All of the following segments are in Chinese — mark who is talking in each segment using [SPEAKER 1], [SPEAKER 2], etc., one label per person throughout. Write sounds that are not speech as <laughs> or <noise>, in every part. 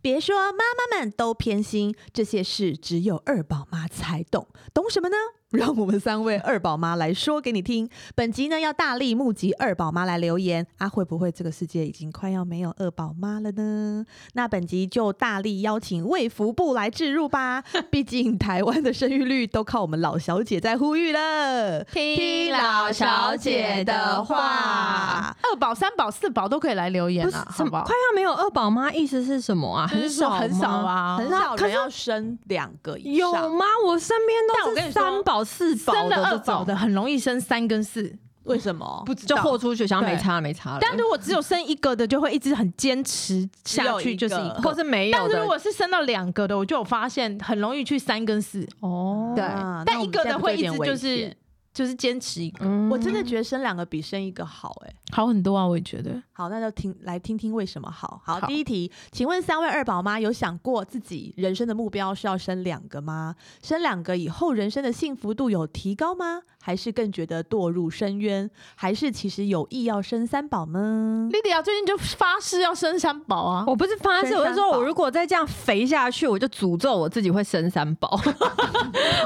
[SPEAKER 1] 别说妈妈们都偏心，这些事只有二宝妈才懂，懂什么呢？ <laughs> 让我们三位二宝妈来说给你听。本集呢要大力募集二宝妈来留言啊，会不会这个世界已经快要没有二宝妈了呢？那本集就大力邀请卫福部来置入
[SPEAKER 2] <laughs>
[SPEAKER 1] 吧，毕竟台湾的生育率都靠我们老小姐在呼吁了。
[SPEAKER 3] 听老小姐的话，
[SPEAKER 2] 二宝、三宝、四宝都可以来留言啊，好
[SPEAKER 3] 什
[SPEAKER 2] 不
[SPEAKER 3] 么
[SPEAKER 2] 好
[SPEAKER 3] 快？要没有二宝妈，意思是什么啊？
[SPEAKER 2] 就是
[SPEAKER 3] 很
[SPEAKER 2] 说
[SPEAKER 3] 少吗
[SPEAKER 2] 很少，啊，
[SPEAKER 1] 很少人要生两个以
[SPEAKER 3] 有
[SPEAKER 1] 上，
[SPEAKER 3] 吗？我身边
[SPEAKER 2] 但我
[SPEAKER 3] 都
[SPEAKER 2] 跟
[SPEAKER 3] 是
[SPEAKER 2] 你说
[SPEAKER 3] 三宝四宝
[SPEAKER 2] 生
[SPEAKER 3] 的
[SPEAKER 2] 了二
[SPEAKER 3] 这
[SPEAKER 2] 宝
[SPEAKER 3] 种
[SPEAKER 2] 的，很容易生三跟四，
[SPEAKER 1] 为什么？
[SPEAKER 2] 不知
[SPEAKER 3] 就
[SPEAKER 2] 道。
[SPEAKER 3] 豁出去，想
[SPEAKER 2] 对
[SPEAKER 3] 没差没差了。
[SPEAKER 2] 但如果只有生一个的，就会一直很坚持下去，就是一
[SPEAKER 1] 只有一个
[SPEAKER 2] 个。
[SPEAKER 3] 或是没有
[SPEAKER 2] 但是
[SPEAKER 3] 的
[SPEAKER 2] 如果是生到两个的，我就有发现很容易去三跟四，
[SPEAKER 3] 哦，
[SPEAKER 2] 对
[SPEAKER 1] 啊那
[SPEAKER 2] 但
[SPEAKER 1] 我
[SPEAKER 2] 一
[SPEAKER 1] 们
[SPEAKER 2] 个
[SPEAKER 1] 现在
[SPEAKER 2] 的
[SPEAKER 1] 不
[SPEAKER 2] 会
[SPEAKER 1] 有
[SPEAKER 2] 一
[SPEAKER 1] 点
[SPEAKER 2] 直
[SPEAKER 1] 危
[SPEAKER 2] 就是
[SPEAKER 1] 险
[SPEAKER 2] 就是坚持一个，
[SPEAKER 3] 嗯
[SPEAKER 1] 我真的觉得生两个比生一个好哎、
[SPEAKER 2] 好很多啊，我也觉得。
[SPEAKER 1] 好，那就听来听听为什么好。好，
[SPEAKER 3] 好
[SPEAKER 1] 第一题，请问三位二宝妈有想过自己人生的目标是要生两个吗？生两个以后人生的幸福度有提高吗？还是更觉得堕入深渊？还是其实有意要生三宝
[SPEAKER 3] <laughs>
[SPEAKER 1] 呢？
[SPEAKER 2] 莉迪亚最近就发誓要生三宝啊，
[SPEAKER 3] 我不是发
[SPEAKER 1] 生
[SPEAKER 3] 誓，我是
[SPEAKER 1] 三
[SPEAKER 3] 说，
[SPEAKER 1] 宝
[SPEAKER 3] 我如果再这样肥下去，我就诅咒我自己会生三宝。
[SPEAKER 2] <laughs>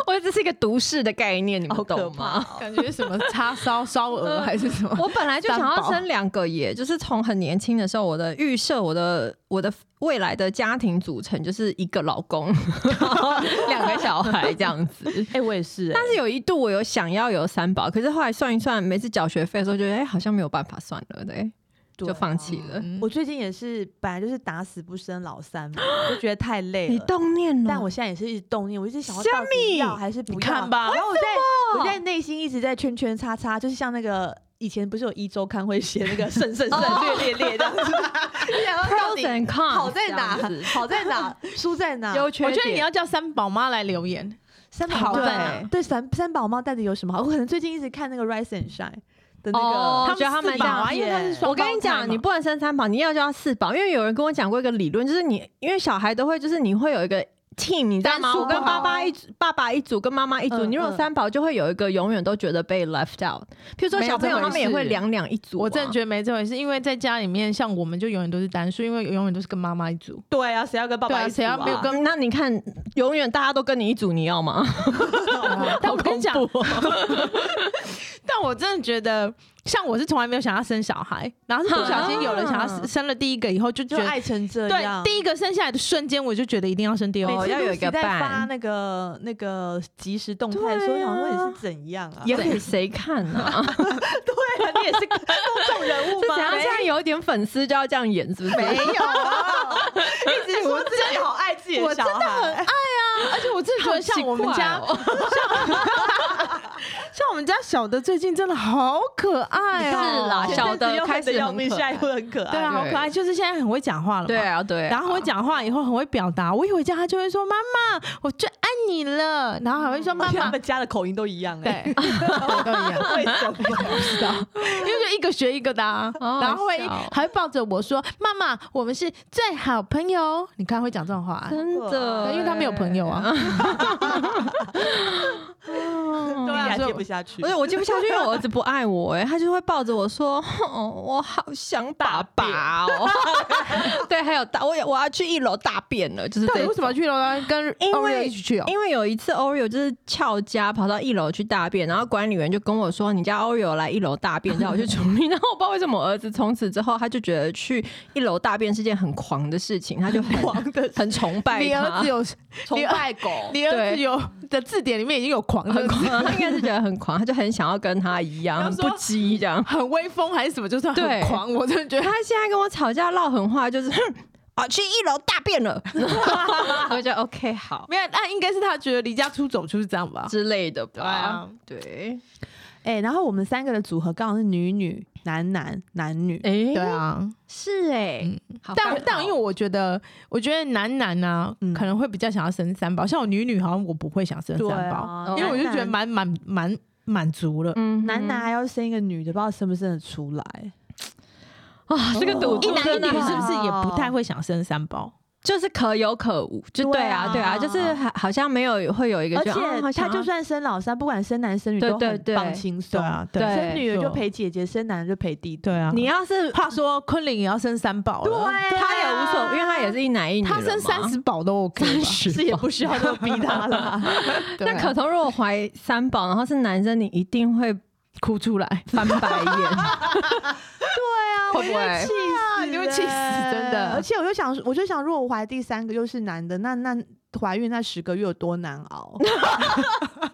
[SPEAKER 3] 我只是一个毒誓的概念，你
[SPEAKER 1] 好
[SPEAKER 3] 们
[SPEAKER 1] 可
[SPEAKER 3] 懂
[SPEAKER 1] 怕
[SPEAKER 3] 吗？
[SPEAKER 1] 哦、
[SPEAKER 2] 感觉什么叉烧烧鹅还是什么。
[SPEAKER 3] <laughs> 我本来就想
[SPEAKER 2] 三
[SPEAKER 3] 要
[SPEAKER 2] 宝
[SPEAKER 3] 生两个耶，就是从很年轻的时候，我的预设，我的我的未来的家庭组成就是一个老公，然后两个小孩这样子。
[SPEAKER 1] 哎、我也 <laughs> 是、哎
[SPEAKER 3] 但是欸有一度我有想要有三宝，可是后来算一算，每次缴学费的时候，觉得哎、好像没有办法算了，对，
[SPEAKER 1] 对
[SPEAKER 3] 就
[SPEAKER 1] 啊
[SPEAKER 3] 放弃了。
[SPEAKER 1] 我最近也是，本来就是打死不生老三嘛，我就觉得太累了。
[SPEAKER 3] 你动念了，
[SPEAKER 1] 哎但我现在也是一直动念，我一直想要
[SPEAKER 3] 虾
[SPEAKER 1] 到底
[SPEAKER 3] 米
[SPEAKER 1] 要还是不要。
[SPEAKER 2] 你看吧
[SPEAKER 1] 然后哦我在我
[SPEAKER 3] 么
[SPEAKER 1] 在内心一直在圈圈叉叉，就是像那个以前不是有一周刊会写那个胜胜
[SPEAKER 3] 哦
[SPEAKER 1] 胜略略略这样子，
[SPEAKER 3] <laughs>
[SPEAKER 1] 你想要到
[SPEAKER 3] pros
[SPEAKER 1] 底
[SPEAKER 3] and cons
[SPEAKER 1] 好在哪
[SPEAKER 3] 这样子？
[SPEAKER 1] 好在哪？输在哪？
[SPEAKER 3] 优缺
[SPEAKER 2] 我觉得
[SPEAKER 3] 点
[SPEAKER 2] 你要叫三宝妈来留言，
[SPEAKER 1] 三宝
[SPEAKER 2] 好
[SPEAKER 1] 猫
[SPEAKER 2] 在
[SPEAKER 3] 哪
[SPEAKER 1] 对三三宝猫到底有什么好？我可能最近一直看那个 Rise and Shine 的那
[SPEAKER 3] 哦
[SPEAKER 1] 个，
[SPEAKER 3] 我觉得他们
[SPEAKER 2] 四宝啊，
[SPEAKER 1] 这样
[SPEAKER 2] 因为他是双
[SPEAKER 3] 我跟你讲，你不能生三宝，你要就要四宝，因为有人跟我讲过一个理论，就是你因为小孩都会，就是你会有一个 team，你知道
[SPEAKER 2] 单
[SPEAKER 3] 吗？
[SPEAKER 2] 数
[SPEAKER 3] 我跟
[SPEAKER 2] 不
[SPEAKER 3] 爸
[SPEAKER 2] 好
[SPEAKER 3] 爸一组，爸爸一组，跟妈妈一组。
[SPEAKER 1] 嗯
[SPEAKER 3] 你如果
[SPEAKER 1] 嗯
[SPEAKER 3] 三宝，就会有一个永远都觉得被 left out。譬如说
[SPEAKER 2] 没有
[SPEAKER 3] 小朋友
[SPEAKER 2] 这回
[SPEAKER 3] 他们也会
[SPEAKER 2] 事
[SPEAKER 3] 两两一组啊、
[SPEAKER 2] 我真的觉得没这回事，因为在家里面，像我们就永远都是单数，因为永远都是跟妈妈一组。
[SPEAKER 1] 对啊，谁要跟爸
[SPEAKER 2] 对
[SPEAKER 1] 爸
[SPEAKER 2] 啊
[SPEAKER 1] 一起
[SPEAKER 2] 谁要没有
[SPEAKER 1] 玩
[SPEAKER 2] 跟
[SPEAKER 3] 嗯那你看，永远大家都跟你一组，你要吗？ <laughs>
[SPEAKER 2] 但
[SPEAKER 3] 好
[SPEAKER 2] 我跟你
[SPEAKER 3] 恐
[SPEAKER 2] 讲，
[SPEAKER 3] 怖哦！
[SPEAKER 2] 但我真的觉得，像我是从来没有想要生小孩，然后是不小心有了想要
[SPEAKER 3] 啊
[SPEAKER 2] 生了第一个以后，就觉
[SPEAKER 1] 就
[SPEAKER 2] 得
[SPEAKER 1] 爱成这样。
[SPEAKER 2] 对第一个生下来的瞬间，我就觉得一定要生第二
[SPEAKER 1] 每
[SPEAKER 3] 哦
[SPEAKER 2] 个。
[SPEAKER 1] 次
[SPEAKER 3] 要有
[SPEAKER 1] 露
[SPEAKER 3] 一
[SPEAKER 1] 西
[SPEAKER 3] 个
[SPEAKER 1] 在
[SPEAKER 3] 伴
[SPEAKER 1] 发那个那个即时动态的时候，我
[SPEAKER 3] 对啊
[SPEAKER 1] 想说你是怎样啊？ <laughs>
[SPEAKER 3] 也给谁看呢、
[SPEAKER 2] <laughs>
[SPEAKER 3] 啊？
[SPEAKER 1] 对啊，你也是公众人物
[SPEAKER 3] 是
[SPEAKER 1] 吗？
[SPEAKER 3] 怎样？现在有一点粉丝就要这样演，是不是？
[SPEAKER 1] 没有啊，一直说自己好爱自己的小孩，
[SPEAKER 2] 而且我真的觉得，像我们家，
[SPEAKER 3] 好奇怪哦 <laughs>
[SPEAKER 2] 像我们家小的最近真的好可爱
[SPEAKER 3] 你看
[SPEAKER 2] 哦，
[SPEAKER 3] 是啦
[SPEAKER 1] 前阵子
[SPEAKER 3] 小的
[SPEAKER 1] 又
[SPEAKER 3] 开始
[SPEAKER 1] 要
[SPEAKER 3] 很
[SPEAKER 1] 命，
[SPEAKER 3] 可
[SPEAKER 1] 现在
[SPEAKER 3] 爱
[SPEAKER 1] 又很可
[SPEAKER 2] 对
[SPEAKER 1] 爱。
[SPEAKER 2] 啊，好可爱，就是现在很会讲话了嘛。
[SPEAKER 3] 对啊，对啊。
[SPEAKER 2] 然后会讲话，以后很会表达。我以为叫他就会说“妈妈，我最爱你了”，然后还会说“妈
[SPEAKER 1] 而且他
[SPEAKER 2] <laughs> 妈
[SPEAKER 1] 们家的口音都一样”，哎，
[SPEAKER 2] 对，我都一样。
[SPEAKER 1] 为什么？不知道。
[SPEAKER 2] <laughs> 因为就一个学一个的、啊，
[SPEAKER 3] 好好
[SPEAKER 2] 然后会
[SPEAKER 3] 笑
[SPEAKER 2] 还会抱着我说：“妈妈，我们是最好朋友。”你看会讲这种话、
[SPEAKER 3] 真的
[SPEAKER 2] 对
[SPEAKER 3] 欸，
[SPEAKER 2] 因为他没有朋友啊。
[SPEAKER 1] 对
[SPEAKER 2] 对
[SPEAKER 1] 啊，
[SPEAKER 2] 所
[SPEAKER 1] 接
[SPEAKER 2] 以我
[SPEAKER 1] 不下去
[SPEAKER 3] 不。是我接不下去，因为我儿子不爱我、哎，他就会抱着我说：“哦，我好想爸爸
[SPEAKER 2] <laughs>
[SPEAKER 3] 哦。”对，还有大，我也我要去一楼大便了，就是
[SPEAKER 2] 到
[SPEAKER 3] 这
[SPEAKER 2] 底
[SPEAKER 3] 一
[SPEAKER 2] 为什么要去楼呢？跟
[SPEAKER 3] 因
[SPEAKER 2] Oreo
[SPEAKER 3] 为
[SPEAKER 2] 一起去哦、
[SPEAKER 3] 因为有一次 Oreo 就是翘家跑到一楼去大便，然后管理员就跟我说：“你家 Oreo 来一楼大便，叫我去处理。”然后我不知道为什么我儿子从此之后他就觉得去一楼大便是件很狂的事情，他就 <laughs> 很
[SPEAKER 1] 狂的
[SPEAKER 3] 很崇拜
[SPEAKER 2] 你儿
[SPEAKER 3] 他
[SPEAKER 2] 子。有，
[SPEAKER 1] 崇拜狗，
[SPEAKER 2] 你儿
[SPEAKER 3] 对
[SPEAKER 2] 子有的字典里面已经有“狂”
[SPEAKER 3] 很
[SPEAKER 2] 很
[SPEAKER 3] 狂，他应该是觉得很狂，他就很想要跟他一样，很
[SPEAKER 2] 他说
[SPEAKER 3] 不羁这样。
[SPEAKER 2] 很威风还是什么，就是很
[SPEAKER 3] 对
[SPEAKER 2] 狂。我真的觉得
[SPEAKER 3] 他现在跟我吵架唠狠话，就是哼啊去一楼大便了， <laughs> 我就觉得 OK 好
[SPEAKER 2] 没有，那应该是他觉得离家出走就是这样吧。
[SPEAKER 3] 之类的
[SPEAKER 2] 对
[SPEAKER 3] 吧
[SPEAKER 2] 啊。
[SPEAKER 3] 对，
[SPEAKER 1] 哎，然后我们三个的组合刚好是女女、男男、男女。
[SPEAKER 3] 哎
[SPEAKER 2] 对啊，
[SPEAKER 3] 是哎
[SPEAKER 2] 嗯，
[SPEAKER 3] 好
[SPEAKER 2] 但
[SPEAKER 3] 刚
[SPEAKER 2] 但
[SPEAKER 3] 好
[SPEAKER 2] 因为我觉得，我觉得男男啊，
[SPEAKER 1] 嗯
[SPEAKER 2] 可能会比较想要生三宝，像我女女好像我不会想生
[SPEAKER 1] 对
[SPEAKER 2] 三宝，
[SPEAKER 1] 啊，
[SPEAKER 3] 哦
[SPEAKER 2] 因为我就觉得
[SPEAKER 1] 男
[SPEAKER 2] 蛮满满满足了。
[SPEAKER 3] 嗯
[SPEAKER 1] 男男还要生一个女的，不知道生不生得出来。
[SPEAKER 3] 啊，这个赌
[SPEAKER 1] 哦
[SPEAKER 3] 注
[SPEAKER 2] 一男一
[SPEAKER 3] 真的
[SPEAKER 2] 女
[SPEAKER 3] 很
[SPEAKER 2] 是不是也不太会想生三宝？
[SPEAKER 3] 就是可有可无，就对啊，
[SPEAKER 1] 对
[SPEAKER 3] 对
[SPEAKER 1] 啊
[SPEAKER 3] 啊，就是好好像没有会有一个
[SPEAKER 1] 而
[SPEAKER 3] 就，啊好
[SPEAKER 1] 且
[SPEAKER 3] 想
[SPEAKER 1] 他
[SPEAKER 3] 要
[SPEAKER 1] 就算生老三，不管生男生女
[SPEAKER 3] 对
[SPEAKER 1] 都
[SPEAKER 3] 对
[SPEAKER 1] 很
[SPEAKER 3] 对
[SPEAKER 1] 放轻
[SPEAKER 2] 对
[SPEAKER 1] 松。
[SPEAKER 2] 啊，
[SPEAKER 3] 对
[SPEAKER 2] 啊
[SPEAKER 1] 生女的
[SPEAKER 2] 没
[SPEAKER 1] 就
[SPEAKER 2] 错
[SPEAKER 1] 陪姐姐，生男的就陪弟弟。
[SPEAKER 2] 对啊。
[SPEAKER 3] 你要是
[SPEAKER 2] 话说昆凌也要生三宝了，
[SPEAKER 1] 对啊
[SPEAKER 3] 他也无所，因为啊他也是一男一女了嘛，
[SPEAKER 2] 他生三十宝都 OK，吧 <laughs>
[SPEAKER 3] 30
[SPEAKER 1] 是也不需要那么逼他啦。
[SPEAKER 2] 对啊
[SPEAKER 3] 那可彤如果怀三宝，然后是男生，你一定会
[SPEAKER 2] 哭出来，
[SPEAKER 3] 翻白
[SPEAKER 2] <laughs>
[SPEAKER 1] <laughs>
[SPEAKER 3] 眼，
[SPEAKER 1] 对啊，
[SPEAKER 3] 会不会
[SPEAKER 1] 气死、
[SPEAKER 2] 你会气死真的
[SPEAKER 1] 而且我就想，我就想，如果我怀第三个又是男的，那那怀孕那十个月有多难熬？ <laughs>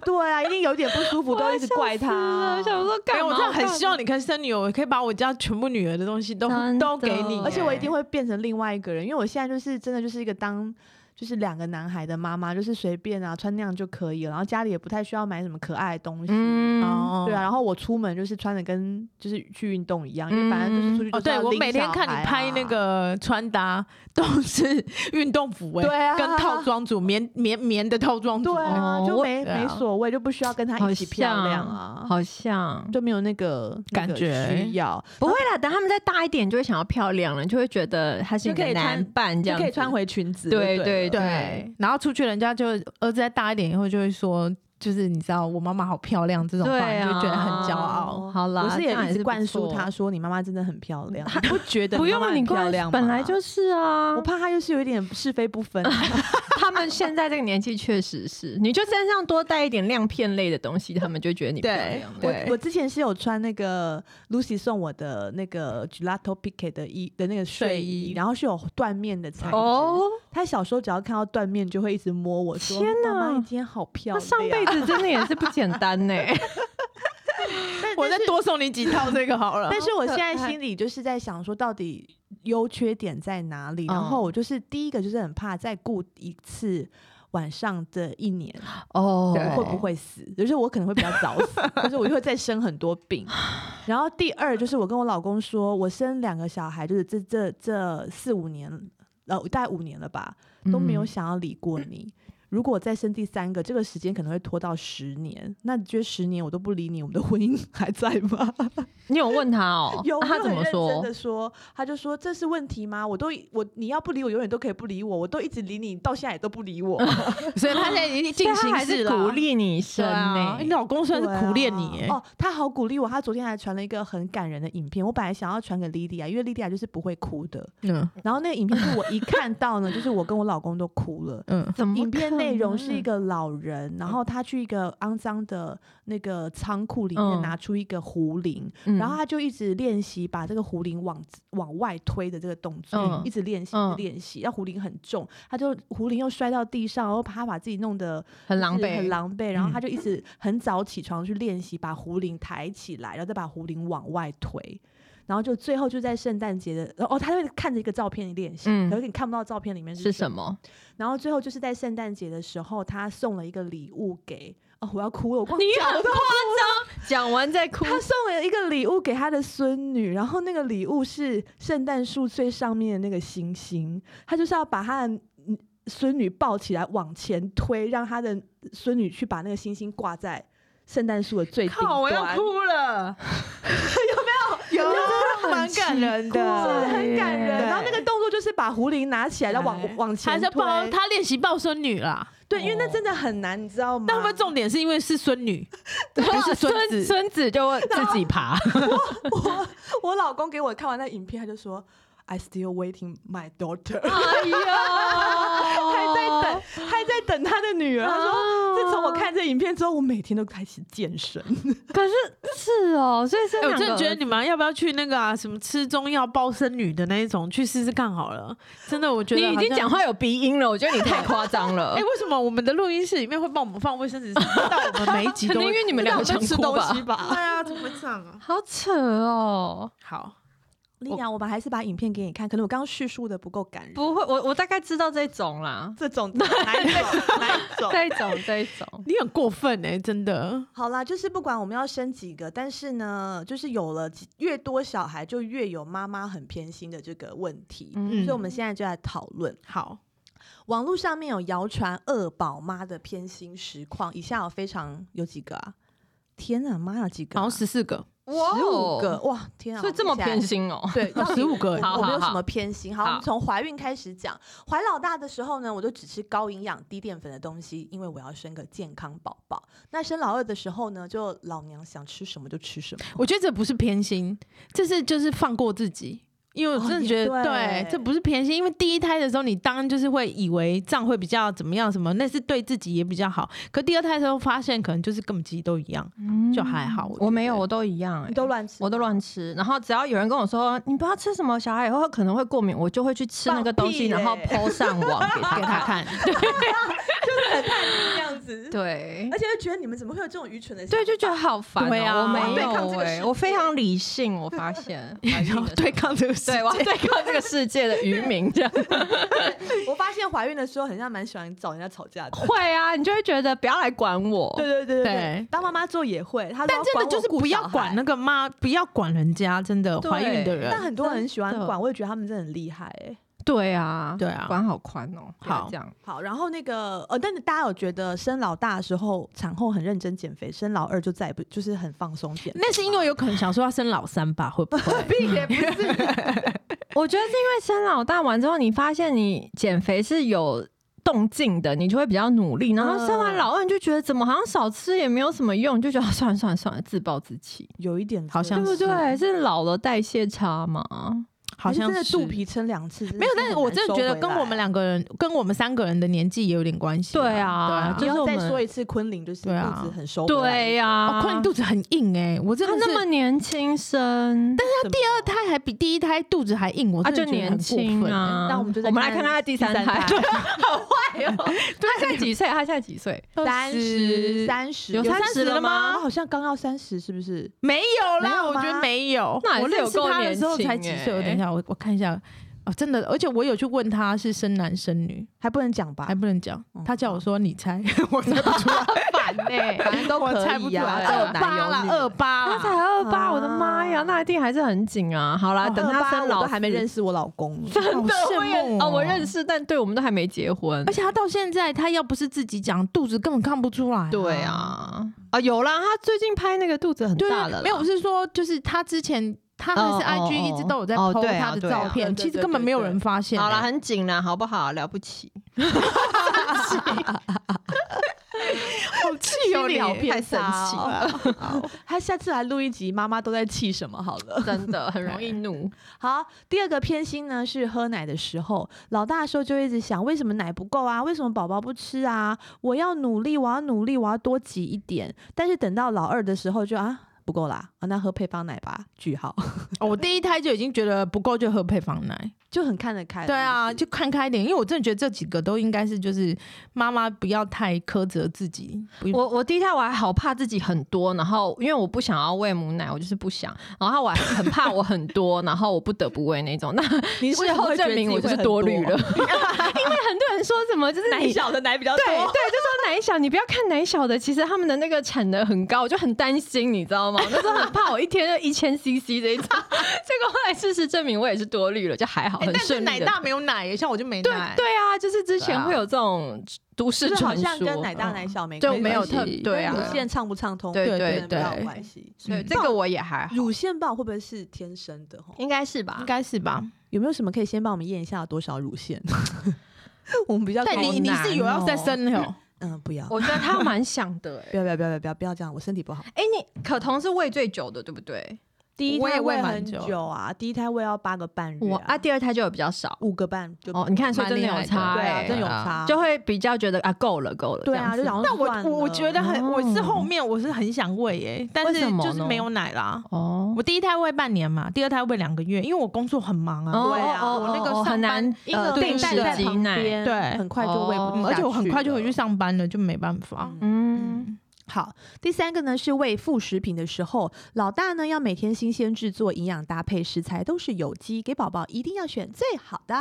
[SPEAKER 1] 对啊，一定有点不舒服，都一直怪他
[SPEAKER 3] 我。 <laughs> 想说
[SPEAKER 2] 没
[SPEAKER 3] 干
[SPEAKER 2] 有，
[SPEAKER 3] 嘛？
[SPEAKER 2] 我真的很希望你跟生女儿，我可以把我家全部女儿的东西都
[SPEAKER 3] 真的
[SPEAKER 2] 都给你，
[SPEAKER 1] 而且我一定会变成另外一个人，因为我现在就是真的就是一个当就是两个男孩的妈妈，就是随便啊穿那样就可以了，然后家里也不太需要买什么可爱的东西。
[SPEAKER 3] 嗯，
[SPEAKER 2] 哦
[SPEAKER 1] 对啊，，然后我出门就是穿的跟就是去运动一样，因为反正就是出去就
[SPEAKER 2] 哦，
[SPEAKER 1] 是要
[SPEAKER 2] 对我
[SPEAKER 1] 拎
[SPEAKER 2] 每天
[SPEAKER 1] 小
[SPEAKER 2] 看你
[SPEAKER 1] 孩
[SPEAKER 2] 拍
[SPEAKER 1] 啊
[SPEAKER 2] 那个穿搭都是运动服哎、
[SPEAKER 1] 对啊
[SPEAKER 2] 跟
[SPEAKER 1] <laughs>
[SPEAKER 2] 套装组
[SPEAKER 3] 啊
[SPEAKER 2] 棉棉棉的套装组，
[SPEAKER 1] 对啊，
[SPEAKER 3] 哦
[SPEAKER 1] 就
[SPEAKER 3] 我
[SPEAKER 1] 没
[SPEAKER 2] 对啊
[SPEAKER 1] 没所谓，就不需要跟他
[SPEAKER 3] 好
[SPEAKER 1] 一起漂亮啊，
[SPEAKER 3] 好像
[SPEAKER 1] 就没有那个那
[SPEAKER 2] 感
[SPEAKER 1] 个
[SPEAKER 2] 觉
[SPEAKER 1] 需要，
[SPEAKER 3] 不会啦。等他们再大一点，就会想要漂亮了，你就会觉得他是你
[SPEAKER 1] 就可
[SPEAKER 3] 的
[SPEAKER 1] 以穿
[SPEAKER 3] 男伴这
[SPEAKER 1] 就
[SPEAKER 3] 样，
[SPEAKER 1] 可以穿。回裙子就
[SPEAKER 3] 对
[SPEAKER 1] 了。
[SPEAKER 3] 对
[SPEAKER 2] 对，然后出去人家就儿子再大一点以后就会说，就是你知道我妈妈好漂亮这种话，
[SPEAKER 3] 对啊
[SPEAKER 2] 你就觉得很骄
[SPEAKER 3] <laughs>
[SPEAKER 2] 傲。
[SPEAKER 1] 哦
[SPEAKER 3] 好啦，
[SPEAKER 1] 我是也
[SPEAKER 3] 这样
[SPEAKER 1] 一
[SPEAKER 3] 也
[SPEAKER 1] 直
[SPEAKER 3] 是
[SPEAKER 1] 灌输他
[SPEAKER 3] 不错，
[SPEAKER 1] 说：“你妈妈真的很
[SPEAKER 3] <laughs>
[SPEAKER 1] 漂亮。”你不觉得
[SPEAKER 3] 不
[SPEAKER 1] 你妈妈
[SPEAKER 3] 用
[SPEAKER 1] 很
[SPEAKER 3] 你
[SPEAKER 1] 漂
[SPEAKER 3] 灌
[SPEAKER 1] 亮
[SPEAKER 3] 输，
[SPEAKER 1] 吗，
[SPEAKER 3] 本来就是啊
[SPEAKER 1] 我。怕他又是有一点是非不分。啊
[SPEAKER 3] <laughs> 他们现在这个年纪确实是，你就身上多带一点亮片类的东西，他们就觉得你漂
[SPEAKER 2] 对
[SPEAKER 3] 亮了。
[SPEAKER 1] 我
[SPEAKER 2] 对
[SPEAKER 1] 我之前是有穿那个 Lucy 送我的那个 Gelato Pique 的衣的那个睡
[SPEAKER 2] 睡
[SPEAKER 1] 衣，
[SPEAKER 2] 衣
[SPEAKER 1] 然后是有缎面的材质。
[SPEAKER 3] 哦，
[SPEAKER 1] 他小时候只要看到缎面就会一直摸我说：“
[SPEAKER 3] 天哪
[SPEAKER 1] 妈妈，你今天好漂
[SPEAKER 3] 那
[SPEAKER 1] 亮。”
[SPEAKER 3] 上辈子真的也是不简单呢。
[SPEAKER 2] 我再多送你几套这个好了。
[SPEAKER 1] 但是我
[SPEAKER 3] 可
[SPEAKER 1] 现在
[SPEAKER 3] 爱
[SPEAKER 1] 心里就是在想说，到底优缺点在哪里？然后
[SPEAKER 3] 嗯
[SPEAKER 1] 我就是第一个就是很怕再顾一次晚上的一年
[SPEAKER 3] 哦
[SPEAKER 2] 对
[SPEAKER 1] 会不会死，就是我可能会比较早死，就是我就会再生很多病。然后第二就是我跟我老公说，我生两个小孩，就是这这这四五年，呃，大概五年了吧，都没有想要理过你。如果我再生第三个，这个时间可能会拖到十年。那你觉得十年我都不理你，我们的婚姻 <laughs> 还在吗？
[SPEAKER 3] 你有问他哦？
[SPEAKER 1] 有
[SPEAKER 3] 那他
[SPEAKER 1] 就很
[SPEAKER 3] 怎么
[SPEAKER 1] 认真
[SPEAKER 3] 说？
[SPEAKER 1] 的说，他就说这是问题吗？我都我你要不理我，永远都可以不理我，我都一直理你，到现在也都不理
[SPEAKER 3] <laughs>
[SPEAKER 1] 我。
[SPEAKER 2] 所以他现在已经
[SPEAKER 3] 所
[SPEAKER 2] 进
[SPEAKER 3] 以他
[SPEAKER 2] 行
[SPEAKER 3] 还
[SPEAKER 2] 式
[SPEAKER 3] 是
[SPEAKER 2] 了，
[SPEAKER 3] 鼓励你生
[SPEAKER 2] 对啊
[SPEAKER 3] 呢。
[SPEAKER 2] 你老公算是苦练你
[SPEAKER 1] 对
[SPEAKER 2] 耶
[SPEAKER 1] 啊，哦，他好鼓励我，他昨天还传了一个很感人的影片，我本来想要传给莉啊莉亚，因为莉莉亚就是不会哭的。
[SPEAKER 2] 嗯
[SPEAKER 1] <laughs> 然后那个影片是我一看到呢，就是我跟我老公都哭了。
[SPEAKER 2] 嗯，
[SPEAKER 3] 怎么
[SPEAKER 1] 影片内容是一个
[SPEAKER 3] 个
[SPEAKER 1] 老人，然后他去一个肮脏的那个仓库里面
[SPEAKER 3] 嗯
[SPEAKER 1] 拿出一个壶铃，然后他就一直练习把这个壶铃往往外推的这个动作，
[SPEAKER 3] 嗯
[SPEAKER 1] 一直练习，一
[SPEAKER 3] 嗯
[SPEAKER 1] 直练习。要壶铃很重，他就壶铃又摔到地上，然后他把自己弄得
[SPEAKER 3] 很
[SPEAKER 1] 就是
[SPEAKER 3] 狼狈，
[SPEAKER 1] 很狼狈。然后
[SPEAKER 2] 嗯
[SPEAKER 1] 他就一直很早起床去练习，把壶铃抬起来，然后再把壶铃往外推。然后就最后就在圣诞节的，哦，他会看着一个照片练习，
[SPEAKER 3] 嗯
[SPEAKER 1] 可是你看不到照片里面
[SPEAKER 3] 是
[SPEAKER 1] 什么。
[SPEAKER 3] 什么？
[SPEAKER 1] 然后最后就是在圣诞节的时候，他送了一个礼物给，哦，我要哭
[SPEAKER 3] <laughs>
[SPEAKER 1] 了，我光
[SPEAKER 3] 你
[SPEAKER 1] 讲
[SPEAKER 3] 很
[SPEAKER 1] 都
[SPEAKER 3] 夸张，讲完
[SPEAKER 1] <laughs>
[SPEAKER 3] 再哭。
[SPEAKER 1] 他送了一个礼物给他的孙女，然后那个礼物是圣诞树最上面的那个星星，他就是要把他的嗯孙女抱起来往前推，让他的孙女去把那个星星挂在圣诞树的最
[SPEAKER 3] 哦
[SPEAKER 1] 顶端。
[SPEAKER 2] 了，有没有？有，真的蛮感人
[SPEAKER 1] 是不是
[SPEAKER 2] 的，
[SPEAKER 1] 很感人。
[SPEAKER 2] 对
[SPEAKER 1] 然后那个动作就是把狐狸拿起来，然后往
[SPEAKER 2] 哎
[SPEAKER 1] 往前
[SPEAKER 2] 他
[SPEAKER 1] 推
[SPEAKER 2] 在。抱他练习抱孙女啦，
[SPEAKER 1] 对，因为那真的很难，你知道吗？
[SPEAKER 2] 但会不会重点是因为是孙女，
[SPEAKER 3] <laughs>
[SPEAKER 2] 不
[SPEAKER 3] 啊
[SPEAKER 2] 是孙子？
[SPEAKER 3] 孙子就会自己爬，
[SPEAKER 1] 我我老公给我看完那影片，他就说：“I still waiting my daughter。” <laughs>
[SPEAKER 3] 哎呀，
[SPEAKER 1] 还在等，还在等他的女儿。他说：“自从我看这影片之后，我每天都开始健身。
[SPEAKER 3] 可是是哦，所以是
[SPEAKER 2] 哎、我真的觉得你们要不要去那个啊，什么吃中药抱生女的那一种，去试试看好了。真的，我觉得
[SPEAKER 3] 你已
[SPEAKER 2] 好
[SPEAKER 3] 经
[SPEAKER 2] 像
[SPEAKER 3] 讲。话有鼻音了，我觉得你太夸张 <laughs> 了。
[SPEAKER 2] 哎、为什么我们的录音室里面会帮我们放卫生纸？到我们每一集
[SPEAKER 3] 可
[SPEAKER 2] 都
[SPEAKER 3] 能因为你们
[SPEAKER 2] <laughs>
[SPEAKER 3] 两个想
[SPEAKER 1] 吃
[SPEAKER 3] 哭
[SPEAKER 1] 东西
[SPEAKER 3] 吧？
[SPEAKER 2] <laughs> 对
[SPEAKER 1] 吧。
[SPEAKER 2] 啊，怎么会这样啊？
[SPEAKER 3] 好扯哦。
[SPEAKER 2] 好，
[SPEAKER 1] 丽雅，我们还是把影片给你看，可能我刚刚叙述的不够感人。
[SPEAKER 3] 不会，我我大概知道这种
[SPEAKER 1] <laughs>
[SPEAKER 3] 啦，
[SPEAKER 1] 这种哪一种哪一
[SPEAKER 2] <laughs>
[SPEAKER 1] 种？
[SPEAKER 3] 这种这种，
[SPEAKER 2] 你很过分哎、真的。
[SPEAKER 1] 好啦，就是不管我们要生几个，但是呢，就是有了几越多小孩，就越有妈妈很偏心的这个问题。
[SPEAKER 3] 嗯
[SPEAKER 1] 所以我们现在就来讨论。
[SPEAKER 2] 好，
[SPEAKER 1] 网络上面有谣传二宝妈的偏心实况，以下有非常有几个啊？天啊，妈呀，几个、啊？
[SPEAKER 2] 好像十四个，
[SPEAKER 1] 十五
[SPEAKER 3] 哦
[SPEAKER 1] 个，哇，天啊！
[SPEAKER 3] 所以这么
[SPEAKER 1] 我记起来
[SPEAKER 3] 偏心哦。 <laughs>
[SPEAKER 1] 对，到底
[SPEAKER 2] 15个
[SPEAKER 1] 我
[SPEAKER 3] 好
[SPEAKER 1] 我没
[SPEAKER 3] 好
[SPEAKER 1] 有什
[SPEAKER 3] 好
[SPEAKER 1] 么偏心。好，我们
[SPEAKER 3] 好
[SPEAKER 1] 从怀孕开始讲。怀老大的时候呢，我就只吃高营养、低淀粉的东西，因为我要生个健康宝宝。那生老二的时候呢，就老娘想吃什么就吃什么。
[SPEAKER 2] 我觉得这不是偏心，这是就是放过自己。因为我真
[SPEAKER 1] 哦
[SPEAKER 2] 的
[SPEAKER 1] 也
[SPEAKER 2] 觉得，
[SPEAKER 1] 对
[SPEAKER 2] 对，这不是偏心。因为第一胎的时候，你当然就是会以为这样会比较怎么样，什么那是对自己也比较好。可第二胎的时候，发现可能就是根本其实都一样，就还好。我觉
[SPEAKER 3] 嗯我没有，
[SPEAKER 2] 得
[SPEAKER 3] 我都一样、欸，
[SPEAKER 1] 你都乱吃，
[SPEAKER 3] 我都乱吃。然后只要有人跟我说啊你不要吃什么，小孩以后可能会过敏，我就会去吃那个东西，
[SPEAKER 1] 放屁
[SPEAKER 3] 然后
[SPEAKER 1] 嘞
[SPEAKER 3] 抛上网给他
[SPEAKER 2] <laughs> 给他
[SPEAKER 3] 看。
[SPEAKER 2] 看，
[SPEAKER 1] 很叛逆这样子。，
[SPEAKER 3] 对
[SPEAKER 1] 而且就觉得你们怎么会有这种愚蠢的想法？
[SPEAKER 3] 对，就觉得好烦、哦。
[SPEAKER 2] 对啊
[SPEAKER 3] 我没
[SPEAKER 1] 我要对抗这
[SPEAKER 3] 有
[SPEAKER 1] 个
[SPEAKER 3] 哎、
[SPEAKER 1] 世界
[SPEAKER 3] 我非常理性，我发现。怀孕
[SPEAKER 2] 然后
[SPEAKER 3] 的时候
[SPEAKER 2] 对抗这个世界
[SPEAKER 3] 对，我要对抗这个世界的渔民这样。
[SPEAKER 1] 我发现怀孕的时候，很像蛮喜欢找人家吵架的。
[SPEAKER 3] 会啊，你就会觉得不要来管我。
[SPEAKER 1] <laughs> 对对对对对
[SPEAKER 2] 对，
[SPEAKER 1] 当妈妈做也会，她说
[SPEAKER 2] 但真
[SPEAKER 1] 管我
[SPEAKER 2] 的就是
[SPEAKER 1] 顾
[SPEAKER 2] 不
[SPEAKER 1] 小
[SPEAKER 2] 要
[SPEAKER 1] 孩
[SPEAKER 2] 管那个妈，不要管人家，真的
[SPEAKER 3] 对
[SPEAKER 2] 怀孕的
[SPEAKER 1] 但
[SPEAKER 2] 人。
[SPEAKER 1] 很多人很喜欢
[SPEAKER 3] 真的
[SPEAKER 1] 管，我也觉得他们真的很厉害哎、
[SPEAKER 3] 对啊，
[SPEAKER 2] 对啊
[SPEAKER 3] 管好宽哦。不要
[SPEAKER 2] 好
[SPEAKER 3] 这样，
[SPEAKER 1] 好，然后那个呃，但是大家有觉得生老大的时候产后很认真减肥，生老二就再也不就是很放松减肥？
[SPEAKER 2] 那是因为有可能想说要生老三吧，会不
[SPEAKER 3] <laughs>
[SPEAKER 2] 会？
[SPEAKER 3] <laughs> 我觉得是因为生老大完之后，你发现你减肥是有动静的，你就会比较努力。然后生完老二，你就觉得怎么好像少吃也没有什么用，你就觉得啊算了算了算了，自暴自弃，
[SPEAKER 1] 有一点
[SPEAKER 2] 好
[SPEAKER 1] 这
[SPEAKER 2] 像
[SPEAKER 3] 对
[SPEAKER 1] 样
[SPEAKER 3] 不
[SPEAKER 2] 是
[SPEAKER 3] 对？是老了代谢差嘛？
[SPEAKER 2] 好像
[SPEAKER 1] 可是
[SPEAKER 2] 是
[SPEAKER 1] 真的肚皮撑两次，
[SPEAKER 2] 没有，但是我真的觉得跟我们
[SPEAKER 1] 俩，
[SPEAKER 2] 两个人、跟我们三个人的年纪也有点关系。
[SPEAKER 3] 对啊
[SPEAKER 1] 你
[SPEAKER 2] 对
[SPEAKER 1] 要
[SPEAKER 2] 啊，
[SPEAKER 3] 就是我
[SPEAKER 1] 再
[SPEAKER 3] 们
[SPEAKER 1] 说一次，昆凌就是
[SPEAKER 2] 对啊
[SPEAKER 1] 肚子很收回来
[SPEAKER 3] 对、呀、
[SPEAKER 2] 哦，坤、你肚子很硬哎、我真
[SPEAKER 3] 他
[SPEAKER 2] 的是
[SPEAKER 3] 啊那么年轻生，但
[SPEAKER 1] 那第
[SPEAKER 2] 二胎还比第一胎肚子还硬，我
[SPEAKER 3] 他
[SPEAKER 2] 真
[SPEAKER 3] 啊
[SPEAKER 2] 的觉
[SPEAKER 3] 就
[SPEAKER 2] 得
[SPEAKER 3] 年
[SPEAKER 2] 很过
[SPEAKER 3] 轻
[SPEAKER 2] 分、
[SPEAKER 3] 啊。
[SPEAKER 1] 那我们就再
[SPEAKER 3] 我们来
[SPEAKER 1] 看
[SPEAKER 3] 看他的第三
[SPEAKER 1] 第三
[SPEAKER 3] 胎，
[SPEAKER 1] 胎
[SPEAKER 3] 好坏哦。他现在几岁？他现在几 <laughs> 岁？
[SPEAKER 1] 三十三十
[SPEAKER 3] 有三十了吗
[SPEAKER 1] 我好像刚要三十，是不是？
[SPEAKER 2] 没有
[SPEAKER 1] 没
[SPEAKER 2] 啦，
[SPEAKER 1] 有
[SPEAKER 2] 我
[SPEAKER 1] 吗
[SPEAKER 2] 觉得没有。
[SPEAKER 3] 那还是
[SPEAKER 2] 我认识
[SPEAKER 3] 有够
[SPEAKER 2] 他的时候
[SPEAKER 3] 年轻
[SPEAKER 2] 才几岁，
[SPEAKER 3] 欸
[SPEAKER 2] 我等一下我我看一下。哦，真的，而且我有去问他是生男生女，
[SPEAKER 1] 还不能讲吧
[SPEAKER 2] 还？不能讲
[SPEAKER 3] 哦
[SPEAKER 1] 嗯。
[SPEAKER 2] 他叫我说你猜， <laughs> 我猜不出来，
[SPEAKER 3] 烦呢、
[SPEAKER 1] 反正
[SPEAKER 3] <laughs>
[SPEAKER 1] 都
[SPEAKER 2] 我
[SPEAKER 1] 可
[SPEAKER 2] 猜不
[SPEAKER 1] 以
[SPEAKER 2] 出
[SPEAKER 1] 呀、
[SPEAKER 2] 来，
[SPEAKER 1] 都有
[SPEAKER 2] 二
[SPEAKER 1] 男
[SPEAKER 2] 八
[SPEAKER 1] 有
[SPEAKER 2] 啦，
[SPEAKER 1] 女
[SPEAKER 2] 二八
[SPEAKER 3] 啊他才
[SPEAKER 2] 啦，
[SPEAKER 3] 二八，我的妈呀，那一定还是很紧啊。好啦，等他生
[SPEAKER 1] 老
[SPEAKER 3] 老
[SPEAKER 1] 都还没认
[SPEAKER 3] 识，
[SPEAKER 1] 识我老公，<laughs>
[SPEAKER 2] 好羡慕
[SPEAKER 3] 哦，我认。识，但对我们都还没结婚
[SPEAKER 2] 而。且他到现在，他要不是自己讲，肚子根本看不出来。
[SPEAKER 3] 对，啊，啊有啦，他最近拍那个肚子很
[SPEAKER 2] 对
[SPEAKER 3] 大
[SPEAKER 2] 啊
[SPEAKER 3] 了啦，，
[SPEAKER 2] 没有，我是说，就是他之前他还是
[SPEAKER 3] 哦
[SPEAKER 2] IG
[SPEAKER 3] 哦
[SPEAKER 2] 一直都有在
[SPEAKER 3] 哦
[SPEAKER 2] PO
[SPEAKER 3] 对啊
[SPEAKER 2] 他的
[SPEAKER 3] 对啊
[SPEAKER 2] 照
[SPEAKER 1] 对
[SPEAKER 2] 片，
[SPEAKER 1] 对
[SPEAKER 2] 其实根本没有人发现欸。
[SPEAKER 3] 好啦，很紧啊啦，好不好？了不起，
[SPEAKER 2] 好气 <laughs>
[SPEAKER 1] 有
[SPEAKER 2] 你
[SPEAKER 1] 聊
[SPEAKER 3] 太
[SPEAKER 1] 偏
[SPEAKER 3] 神
[SPEAKER 1] <laughs>
[SPEAKER 3] 奇
[SPEAKER 1] 了。他下次来录一集，妈妈都在气什么？好了，
[SPEAKER 3] <laughs>
[SPEAKER 1] <laughs>
[SPEAKER 3] 真的很容易怒。
[SPEAKER 1] 好。第二个偏心呢是喝奶的时候，老大的时候就一直想，为什么奶不够啊？为什么宝宝不吃啊？我要努力，我要努力，我要多挤一点。但是等到老二的时候就啊。不够啦啊，那喝配方奶吧，句号 <laughs>
[SPEAKER 2] 哦我第一胎就已经觉得不够，就喝配方奶。
[SPEAKER 1] 就很看得开。
[SPEAKER 2] 对啊，
[SPEAKER 1] 是不是
[SPEAKER 2] 就看开一点，因为我真的觉得这几个都应该是就是妈妈不要太苛责自己。不
[SPEAKER 3] 我我第一胎我还好怕自己很多，然后因为我不想要喂母奶，我就是不想，然后我还很怕我很多，然后我不得不喂那种。那
[SPEAKER 1] 你
[SPEAKER 3] 事后证明我就是多虑
[SPEAKER 1] <laughs>
[SPEAKER 3] 了，因为很多人说什么就是
[SPEAKER 1] 奶
[SPEAKER 3] 你
[SPEAKER 1] 小的奶比较
[SPEAKER 3] 对对，就说奶小，你不要看奶小的，其实他们的那个产能很高，我就很担心，你知道吗？我那时候很怕我一天就一千 CC 这一 <laughs> 种，结果后来事实证明我也是多虑了，就还好，
[SPEAKER 2] 哎
[SPEAKER 3] 很
[SPEAKER 2] 但是
[SPEAKER 3] 顺利
[SPEAKER 2] 奶
[SPEAKER 3] 的。
[SPEAKER 2] 大没有奶耶，像我就没
[SPEAKER 3] 对
[SPEAKER 2] 奶。
[SPEAKER 3] 对啊，就是之前会有这种都市
[SPEAKER 1] 就是好
[SPEAKER 3] 传说，
[SPEAKER 1] 像跟奶大
[SPEAKER 3] 嗯
[SPEAKER 1] 奶小没
[SPEAKER 3] 就
[SPEAKER 1] 关
[SPEAKER 3] 没有
[SPEAKER 1] 系
[SPEAKER 3] 特
[SPEAKER 2] 系
[SPEAKER 3] 对啊
[SPEAKER 1] 跟，乳腺畅不畅通，
[SPEAKER 3] 对
[SPEAKER 1] 跟
[SPEAKER 3] 对
[SPEAKER 1] 人比较有
[SPEAKER 2] 对
[SPEAKER 1] 关系。
[SPEAKER 3] 所以
[SPEAKER 2] 嗯
[SPEAKER 3] 这个我也还好，
[SPEAKER 1] 乳腺不知道会不会是天生的？吼，
[SPEAKER 3] 应该是吧
[SPEAKER 2] 应？该是吧？
[SPEAKER 1] 有没有什么可以先帮我们验一下有多少乳腺？ <laughs> 我们比较
[SPEAKER 2] 但
[SPEAKER 1] 高
[SPEAKER 2] 你
[SPEAKER 3] 好
[SPEAKER 2] 你
[SPEAKER 3] 难
[SPEAKER 2] 是有要再
[SPEAKER 3] 哦
[SPEAKER 2] 生的哦？
[SPEAKER 1] 嗯，不要，
[SPEAKER 3] 我觉得他蛮想的、
[SPEAKER 1] 不
[SPEAKER 3] 欸。
[SPEAKER 1] 要，不要，不要，不要，不要这样，我身体不好。
[SPEAKER 3] <laughs> 哎、你可彤是喂最久的，对不对？
[SPEAKER 1] 第一
[SPEAKER 2] 我
[SPEAKER 1] 胎
[SPEAKER 2] 也喂
[SPEAKER 1] 喂
[SPEAKER 2] 蛮
[SPEAKER 1] 很
[SPEAKER 2] 久
[SPEAKER 1] 久啊，第一胎喂要八个半月
[SPEAKER 3] 我
[SPEAKER 1] 啊，
[SPEAKER 3] 啊，第二胎就有比较少。
[SPEAKER 1] 五个半就
[SPEAKER 3] 哦，你看，所以
[SPEAKER 2] 蛮
[SPEAKER 3] 真
[SPEAKER 2] 厉
[SPEAKER 3] 的
[SPEAKER 2] 害
[SPEAKER 3] 有
[SPEAKER 2] 的
[SPEAKER 3] 差、
[SPEAKER 1] 对啊
[SPEAKER 3] 欸，
[SPEAKER 1] 真有差
[SPEAKER 3] 就会比较觉得啊，够了，够了。
[SPEAKER 1] 对啊，就
[SPEAKER 3] 这样
[SPEAKER 1] 想
[SPEAKER 3] 子
[SPEAKER 1] 说
[SPEAKER 2] 那我
[SPEAKER 1] 算
[SPEAKER 2] 我我
[SPEAKER 1] 了
[SPEAKER 2] 觉得很，我是
[SPEAKER 3] 哦
[SPEAKER 2] 后面我是很想喂耶、但
[SPEAKER 3] 为
[SPEAKER 2] 是
[SPEAKER 3] 什么
[SPEAKER 2] 就是
[SPEAKER 3] 呢
[SPEAKER 2] 没有奶啦。
[SPEAKER 3] 哦。
[SPEAKER 2] 我第一胎喂半年嘛，第二胎喂两个月，因为我工作很忙啊。
[SPEAKER 3] 哦
[SPEAKER 1] 对啊
[SPEAKER 3] 哦
[SPEAKER 1] 我
[SPEAKER 3] 哦
[SPEAKER 1] 那个
[SPEAKER 2] 上
[SPEAKER 3] 哦
[SPEAKER 2] 班
[SPEAKER 3] 很难
[SPEAKER 1] 婴儿
[SPEAKER 2] 对
[SPEAKER 1] 定
[SPEAKER 2] 定
[SPEAKER 1] 时
[SPEAKER 2] 时
[SPEAKER 1] 在
[SPEAKER 2] 挤
[SPEAKER 1] 旁
[SPEAKER 3] 奶
[SPEAKER 1] 边，
[SPEAKER 2] 对
[SPEAKER 1] 很快就喂不
[SPEAKER 3] 哦
[SPEAKER 1] 下
[SPEAKER 2] 而且我很快就回
[SPEAKER 1] 了
[SPEAKER 2] 去上班了，就没办法。
[SPEAKER 1] 嗯
[SPEAKER 3] 嗯，
[SPEAKER 1] 好，第三个呢是喂副食品的时候，老大呢要每天新鲜制作，营养搭配食材都是有机，给宝宝一定要选最好的。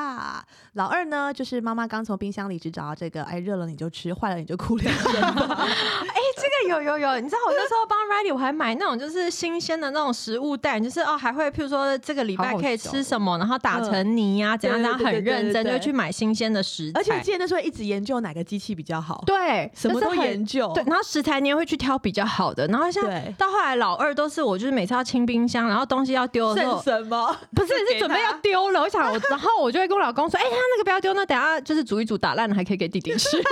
[SPEAKER 1] 老二呢 <laughs> 就是妈妈刚从冰箱里只找到这个，哎，热了你就吃，坏了你就哭两声吧。
[SPEAKER 3] 哎、这个对，有有有，你知道我那时候帮 Riley，我还买那种就是新鲜的那种食物袋，就是哦，还会譬如说这个礼拜
[SPEAKER 4] 好好
[SPEAKER 3] 可以
[SPEAKER 4] 笑
[SPEAKER 3] 吃什么，然后打成泥呀、怎样怎样，
[SPEAKER 1] 哦嗯对对对
[SPEAKER 3] 很认
[SPEAKER 1] 对
[SPEAKER 3] 真
[SPEAKER 1] 对
[SPEAKER 3] 就
[SPEAKER 1] 对
[SPEAKER 3] 去买新鲜的食材，
[SPEAKER 1] 而且我记得那时候一直研究哪个机器比较好，
[SPEAKER 3] 对，
[SPEAKER 1] 什么
[SPEAKER 3] 就是
[SPEAKER 1] 都
[SPEAKER 3] 很
[SPEAKER 1] 研究，
[SPEAKER 3] 对，然后食材你也会去挑比较好的，然后像
[SPEAKER 1] 哦对
[SPEAKER 3] 到后来老二都是我就是每次要清冰箱，然后东西要丢的时
[SPEAKER 1] 剩
[SPEAKER 3] 候。
[SPEAKER 1] 什 <laughs> 么？
[SPEAKER 3] 不是，
[SPEAKER 1] 给
[SPEAKER 3] 是准备要
[SPEAKER 1] 他
[SPEAKER 3] 丢了。我想我，然后我就会跟我老公说：“哎、 <laughs> 他那个不要丢，那等下就是煮一煮，打烂了还可以给弟弟
[SPEAKER 1] <laughs>
[SPEAKER 3] 吃。”就是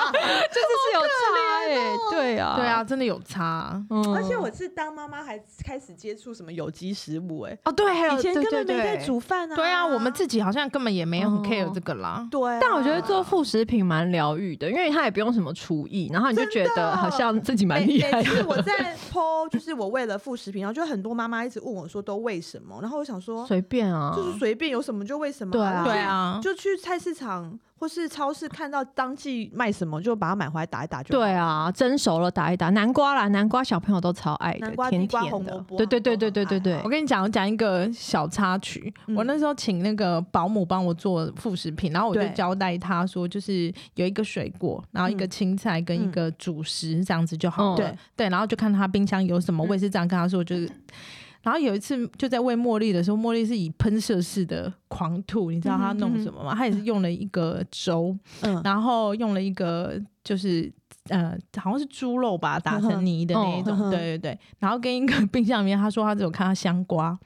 [SPEAKER 3] 是有差哎、对啊，
[SPEAKER 2] 对啊，，真的有差啊
[SPEAKER 3] 嗯
[SPEAKER 1] 哦而且我是当妈妈还开始接触什么有机食物、哎，
[SPEAKER 3] 哦，对，还有
[SPEAKER 1] 以前
[SPEAKER 3] 对
[SPEAKER 1] 根
[SPEAKER 3] 对
[SPEAKER 1] 本没在
[SPEAKER 3] 对
[SPEAKER 1] 煮饭啊。
[SPEAKER 2] 对啊，我们自己好像根本也没有很
[SPEAKER 3] 哦
[SPEAKER 2] care 这个啦。
[SPEAKER 1] 对啊、
[SPEAKER 3] 但我觉得做副食品蛮疗愈的，因为他也不用什么厨艺，然后你就觉
[SPEAKER 1] 真
[SPEAKER 3] 得
[SPEAKER 1] 的
[SPEAKER 3] 好像自己蛮
[SPEAKER 1] 每
[SPEAKER 3] 厉
[SPEAKER 1] 每
[SPEAKER 3] 害的。
[SPEAKER 1] 次哎我在剖，就是我为了副食品，然后就很多妈妈一直问我说都为什么，然后我想说
[SPEAKER 3] 随便啊，
[SPEAKER 1] 就是随便有什么就为什么、
[SPEAKER 3] 对啊
[SPEAKER 1] 就
[SPEAKER 2] 对啊，
[SPEAKER 1] 就去菜市场或是超市看到当季卖什么就把它买回来打一打就好
[SPEAKER 3] 对，啊，蒸熟了打一打，南瓜啦，南瓜小朋友都超爱的
[SPEAKER 1] 南，瓜
[SPEAKER 3] 甜
[SPEAKER 1] 地瓜
[SPEAKER 3] 甜
[SPEAKER 1] 红
[SPEAKER 3] 的
[SPEAKER 1] 萝，卜啊
[SPEAKER 3] 对对对对对对
[SPEAKER 1] 他
[SPEAKER 3] 对
[SPEAKER 2] 我，跟你讲，我讲一个小插曲。
[SPEAKER 1] 嗯
[SPEAKER 2] 我那时候请那个保姆帮我做副食品，然后我就
[SPEAKER 1] 对
[SPEAKER 2] 交代他说，就是有一个水果，然后一个
[SPEAKER 1] 嗯
[SPEAKER 2] 青菜跟一
[SPEAKER 1] 嗯
[SPEAKER 2] 个主食这样子就好了。
[SPEAKER 3] 嗯
[SPEAKER 1] 对
[SPEAKER 2] 对，然后就看他冰箱有什么，我也是这样跟他说，就是。然后有一次就在喂茉莉的时候，茉莉是以喷射式的狂吐，你知道她弄什么吗？她也是用了一个粥，
[SPEAKER 1] 嗯，
[SPEAKER 2] 然后用了一个就是呃，好像是猪肉吧，打成泥的那一
[SPEAKER 3] 哦
[SPEAKER 2] 种，
[SPEAKER 1] 嗯哼
[SPEAKER 2] 对对对。然后跟一个 <laughs> 冰箱里面，他说他只有看到香瓜，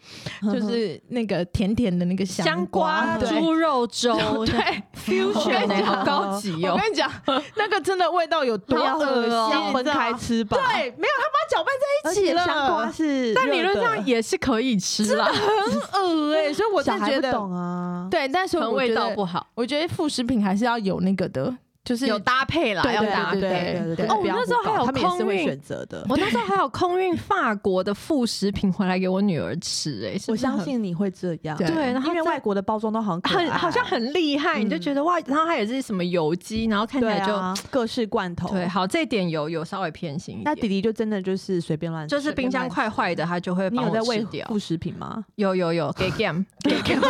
[SPEAKER 2] 就是那个甜甜的那个
[SPEAKER 3] 香
[SPEAKER 2] 瓜
[SPEAKER 3] 瓜，
[SPEAKER 2] 对
[SPEAKER 3] 猪肉粥
[SPEAKER 2] 对。
[SPEAKER 3] <laughs> ，fusion 欸好高级
[SPEAKER 2] 我
[SPEAKER 3] 哦。
[SPEAKER 2] 跟你讲，那个真的味道有多
[SPEAKER 3] 好恶
[SPEAKER 2] 恶心，
[SPEAKER 3] 哦
[SPEAKER 2] 你
[SPEAKER 1] 要
[SPEAKER 2] 知
[SPEAKER 1] 分
[SPEAKER 2] 道
[SPEAKER 1] 开
[SPEAKER 2] 吗
[SPEAKER 1] 吃吧。
[SPEAKER 2] 对，没有他把它搅拌在
[SPEAKER 1] 而
[SPEAKER 2] 一起
[SPEAKER 1] 且
[SPEAKER 2] 了。
[SPEAKER 1] 香瓜是，
[SPEAKER 3] <laughs> 但理论上。也是可以吃啦，
[SPEAKER 2] 恶哎、所以我
[SPEAKER 1] 小
[SPEAKER 2] 真的
[SPEAKER 1] 孩
[SPEAKER 2] 觉
[SPEAKER 1] 不
[SPEAKER 2] 得，
[SPEAKER 1] 懂啊，
[SPEAKER 2] 对，但是
[SPEAKER 3] 可能
[SPEAKER 2] 我
[SPEAKER 3] 味
[SPEAKER 2] 觉
[SPEAKER 3] 道
[SPEAKER 2] 得
[SPEAKER 3] 不，好，
[SPEAKER 2] 我觉得副食品还是要有那个的，就是
[SPEAKER 3] 有搭配啦，
[SPEAKER 2] 对
[SPEAKER 3] 要
[SPEAKER 2] 对
[SPEAKER 3] 搭
[SPEAKER 2] 对
[SPEAKER 3] 配。
[SPEAKER 2] 对对
[SPEAKER 3] 哦我那时候还有
[SPEAKER 1] 他们也是
[SPEAKER 3] 空
[SPEAKER 1] 会
[SPEAKER 3] 运
[SPEAKER 1] 选择的，
[SPEAKER 3] 我那时候还有空运法国的副食品回来给我女儿吃，哎，是
[SPEAKER 1] 我
[SPEAKER 3] 不是很
[SPEAKER 1] 相信你会这样，
[SPEAKER 2] 对
[SPEAKER 3] 对，然后
[SPEAKER 1] 因为
[SPEAKER 3] 在
[SPEAKER 1] 外国的包装都好像
[SPEAKER 3] 很好像很厉害，
[SPEAKER 1] 嗯
[SPEAKER 3] 你就觉得哇，然后它也是什么油鸡，然后看起
[SPEAKER 1] 对
[SPEAKER 3] 来就
[SPEAKER 1] 啊，各式罐头。
[SPEAKER 3] 对，好，这一点有有稍微偏心一
[SPEAKER 1] 那弟
[SPEAKER 3] 点，
[SPEAKER 1] 弟就真的就是随便乱吃，
[SPEAKER 3] 就是冰箱快坏的，他就会
[SPEAKER 1] 你
[SPEAKER 3] 帮
[SPEAKER 1] 有在
[SPEAKER 3] 我吃
[SPEAKER 1] 喂
[SPEAKER 3] 掉
[SPEAKER 1] 副。食品吗？ <laughs>
[SPEAKER 3] 有有有，给 game， <laughs>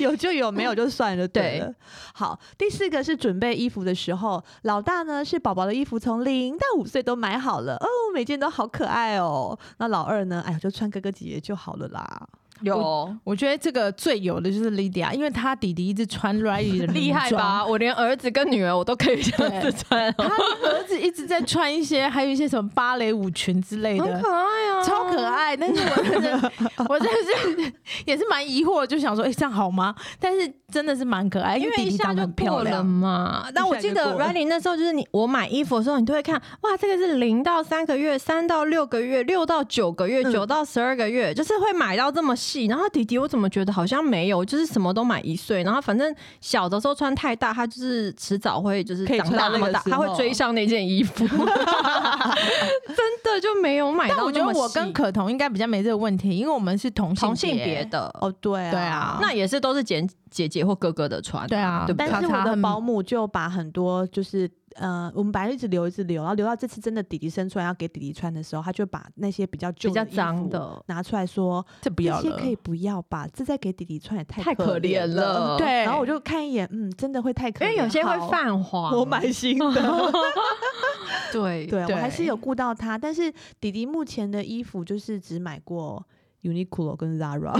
[SPEAKER 1] 有就有，没有就算了，对
[SPEAKER 3] 对
[SPEAKER 1] 了。好，第四个是准备衣服的时候，老大呢是宝宝的衣服从零到五岁都买好了，哦，每件都好可爱哦。那老二呢，哎呀，就穿哥哥姐姐就好了啦。
[SPEAKER 3] 有
[SPEAKER 2] 我觉得这个最有的就是 Lydia，因为她弟弟一直穿 Riley 的
[SPEAKER 3] 厉害
[SPEAKER 2] 女装？
[SPEAKER 3] 吧？我连儿子跟女儿我都可以这样子穿哦，
[SPEAKER 2] 她儿子一直在穿一些，还有一些什么芭蕾舞裙之类
[SPEAKER 3] 很
[SPEAKER 2] 的，
[SPEAKER 3] 可爱啊，
[SPEAKER 2] 超可。爱。但是我真的，我真的是也是蛮疑惑，就想说，哎、这样好吗？但是真的是蛮可爱，
[SPEAKER 3] 哎因为
[SPEAKER 2] 弟
[SPEAKER 3] 一
[SPEAKER 2] 弟
[SPEAKER 3] 下
[SPEAKER 2] 长得
[SPEAKER 3] 就
[SPEAKER 2] 很漂
[SPEAKER 3] 过了
[SPEAKER 2] 亮。
[SPEAKER 3] 嘛，但我记
[SPEAKER 1] 一下
[SPEAKER 3] 得
[SPEAKER 1] 就过了
[SPEAKER 3] Riley 那时候就是你，我买衣服的时候，你都会看，哇，这个是零到三个月，三到六个月，六到九个月，
[SPEAKER 1] 嗯
[SPEAKER 3] 九到十二个月，就是会买到这么细。然后弟弟我怎么觉得好像没有，就是什么都买一岁，然后反正小的时候穿太大，他就是迟早会就是
[SPEAKER 1] 可以
[SPEAKER 3] 长
[SPEAKER 1] 穿
[SPEAKER 3] 大
[SPEAKER 1] 到那
[SPEAKER 3] 那么
[SPEAKER 1] 个
[SPEAKER 3] 大，
[SPEAKER 1] 时
[SPEAKER 3] 他会
[SPEAKER 1] 候
[SPEAKER 3] 追上那件衣服，真的就没有买
[SPEAKER 2] 但
[SPEAKER 3] 到
[SPEAKER 2] 我
[SPEAKER 3] 那
[SPEAKER 2] 觉
[SPEAKER 3] 么
[SPEAKER 2] 得
[SPEAKER 3] 细。
[SPEAKER 2] 我跟可彤应该比较没这个问题，因为我们是同
[SPEAKER 3] 同性
[SPEAKER 2] 性
[SPEAKER 3] 别的，
[SPEAKER 1] 哦，对啊，
[SPEAKER 2] 对啊
[SPEAKER 3] 那也是都是姐姐姐或哥哥的穿，
[SPEAKER 2] 对啊
[SPEAKER 3] 对不对
[SPEAKER 1] 但是我
[SPEAKER 2] 他
[SPEAKER 1] 的
[SPEAKER 2] 很
[SPEAKER 1] 保姆就把很多就是呃，我们本来一直留一直留，然后留到这次真的弟弟生出来要给弟弟穿的时候，他就把那些比较旧
[SPEAKER 3] 比较
[SPEAKER 1] 的衣
[SPEAKER 3] 脏
[SPEAKER 1] 服
[SPEAKER 3] 的
[SPEAKER 1] 拿出来说，
[SPEAKER 2] 这不
[SPEAKER 1] 这
[SPEAKER 2] 要
[SPEAKER 1] 些
[SPEAKER 2] 了
[SPEAKER 1] 可。以不要吧，这再给弟弟穿也太
[SPEAKER 3] 太可
[SPEAKER 1] 怜
[SPEAKER 3] 怜了
[SPEAKER 1] 对，
[SPEAKER 2] 对
[SPEAKER 1] 然后我就看一眼，嗯，真的会太可
[SPEAKER 3] 因
[SPEAKER 1] 怜，
[SPEAKER 3] 为有些
[SPEAKER 1] 好
[SPEAKER 3] 会。泛黄，
[SPEAKER 1] 我买新的，
[SPEAKER 3] <laughs>
[SPEAKER 1] <laughs>
[SPEAKER 3] 对
[SPEAKER 1] 对我还是
[SPEAKER 2] 对
[SPEAKER 1] 有顾到他，但是弟弟目前的衣服就是只买过 Uniqlo 跟 Zara，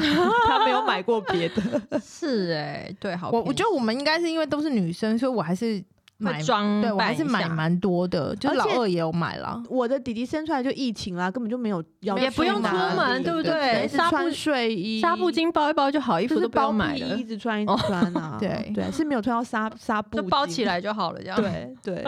[SPEAKER 1] 他
[SPEAKER 3] <laughs>
[SPEAKER 1] 没有买过别的。
[SPEAKER 3] 是哎、对，好
[SPEAKER 2] 我
[SPEAKER 3] 便宜，
[SPEAKER 2] 我觉得我们应该是因为都是女生，所以我还是买
[SPEAKER 3] 会装扮一下，
[SPEAKER 2] 对我还是买蛮多的，就
[SPEAKER 1] 而
[SPEAKER 2] 是老
[SPEAKER 1] 且
[SPEAKER 2] 二也有买啦。。
[SPEAKER 1] 我的弟弟生出来就疫情啦，根本就没有要
[SPEAKER 3] 也不
[SPEAKER 1] 去
[SPEAKER 3] 用
[SPEAKER 1] 哪
[SPEAKER 3] 出
[SPEAKER 1] 里
[SPEAKER 3] 门对不对
[SPEAKER 1] 一直
[SPEAKER 3] 纱布
[SPEAKER 1] 穿睡衣、
[SPEAKER 3] 纱布巾包一包就好，衣
[SPEAKER 1] 就是
[SPEAKER 3] 服都不
[SPEAKER 1] 包
[SPEAKER 3] 用买
[SPEAKER 1] 屁
[SPEAKER 3] 了哦
[SPEAKER 1] 一，直穿一直穿啊
[SPEAKER 2] 对
[SPEAKER 1] 对，是没有穿到纱纱布
[SPEAKER 3] 就包
[SPEAKER 1] 巾
[SPEAKER 3] 起。来就好了，这样。
[SPEAKER 1] 对对，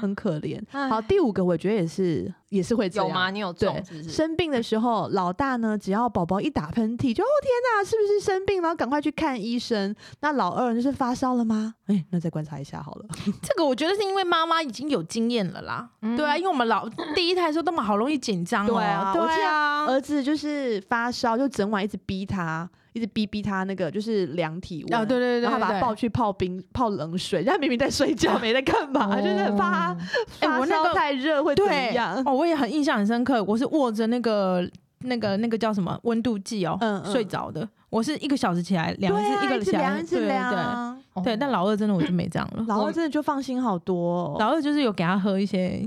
[SPEAKER 1] 很可怜。
[SPEAKER 2] 哎
[SPEAKER 3] 唉
[SPEAKER 1] 好，第五个我觉得也是也是会这
[SPEAKER 3] 有吗？
[SPEAKER 1] 样。
[SPEAKER 3] 你有
[SPEAKER 1] 对
[SPEAKER 3] 中是不是？
[SPEAKER 1] 生病的时候，老大呢，只要宝宝一打喷嚏，就哦天哪，是不是生病了？赶快去看医生。那老二就是发烧了吗？哎，那再观察一下好了。
[SPEAKER 2] 这个我觉得是因为妈妈已经有经验了啦，
[SPEAKER 3] 嗯
[SPEAKER 2] 对啊，因为我们老第一胎的时候，那么好容易紧张哦，
[SPEAKER 1] 对啊我记
[SPEAKER 2] 对
[SPEAKER 1] 得
[SPEAKER 2] 啊，
[SPEAKER 3] 呃
[SPEAKER 1] 儿子就是发烧，就整晚一直逼他，一直逼逼他那个就是量体温。
[SPEAKER 2] 啊，对对对，
[SPEAKER 1] 然后把他
[SPEAKER 2] 对啊
[SPEAKER 1] 抱。去泡冰、泡冷水，人家明明在睡觉，没在干嘛，就是很怕
[SPEAKER 3] 哦
[SPEAKER 1] 他
[SPEAKER 2] 哎
[SPEAKER 1] 发
[SPEAKER 2] 我那
[SPEAKER 1] 烧
[SPEAKER 2] 个
[SPEAKER 1] 太热会怎么
[SPEAKER 2] 对
[SPEAKER 1] 样。
[SPEAKER 2] 哦，我也很印象很深刻，我是握着那个那个那个叫什么温度计哦，
[SPEAKER 1] 嗯嗯
[SPEAKER 2] 睡着的，我是一个小时起来量
[SPEAKER 1] 对
[SPEAKER 2] 一次，
[SPEAKER 1] 啊，
[SPEAKER 2] 一个
[SPEAKER 1] 直
[SPEAKER 2] 起来
[SPEAKER 1] 量，一直
[SPEAKER 2] 对
[SPEAKER 1] 量
[SPEAKER 2] 对
[SPEAKER 1] 啊。
[SPEAKER 3] 哦
[SPEAKER 2] 对对，但老二真的我就没这样了，
[SPEAKER 1] 老
[SPEAKER 3] 我
[SPEAKER 1] 二真的就放心好多、哦。
[SPEAKER 2] 老二就是有给他喝一些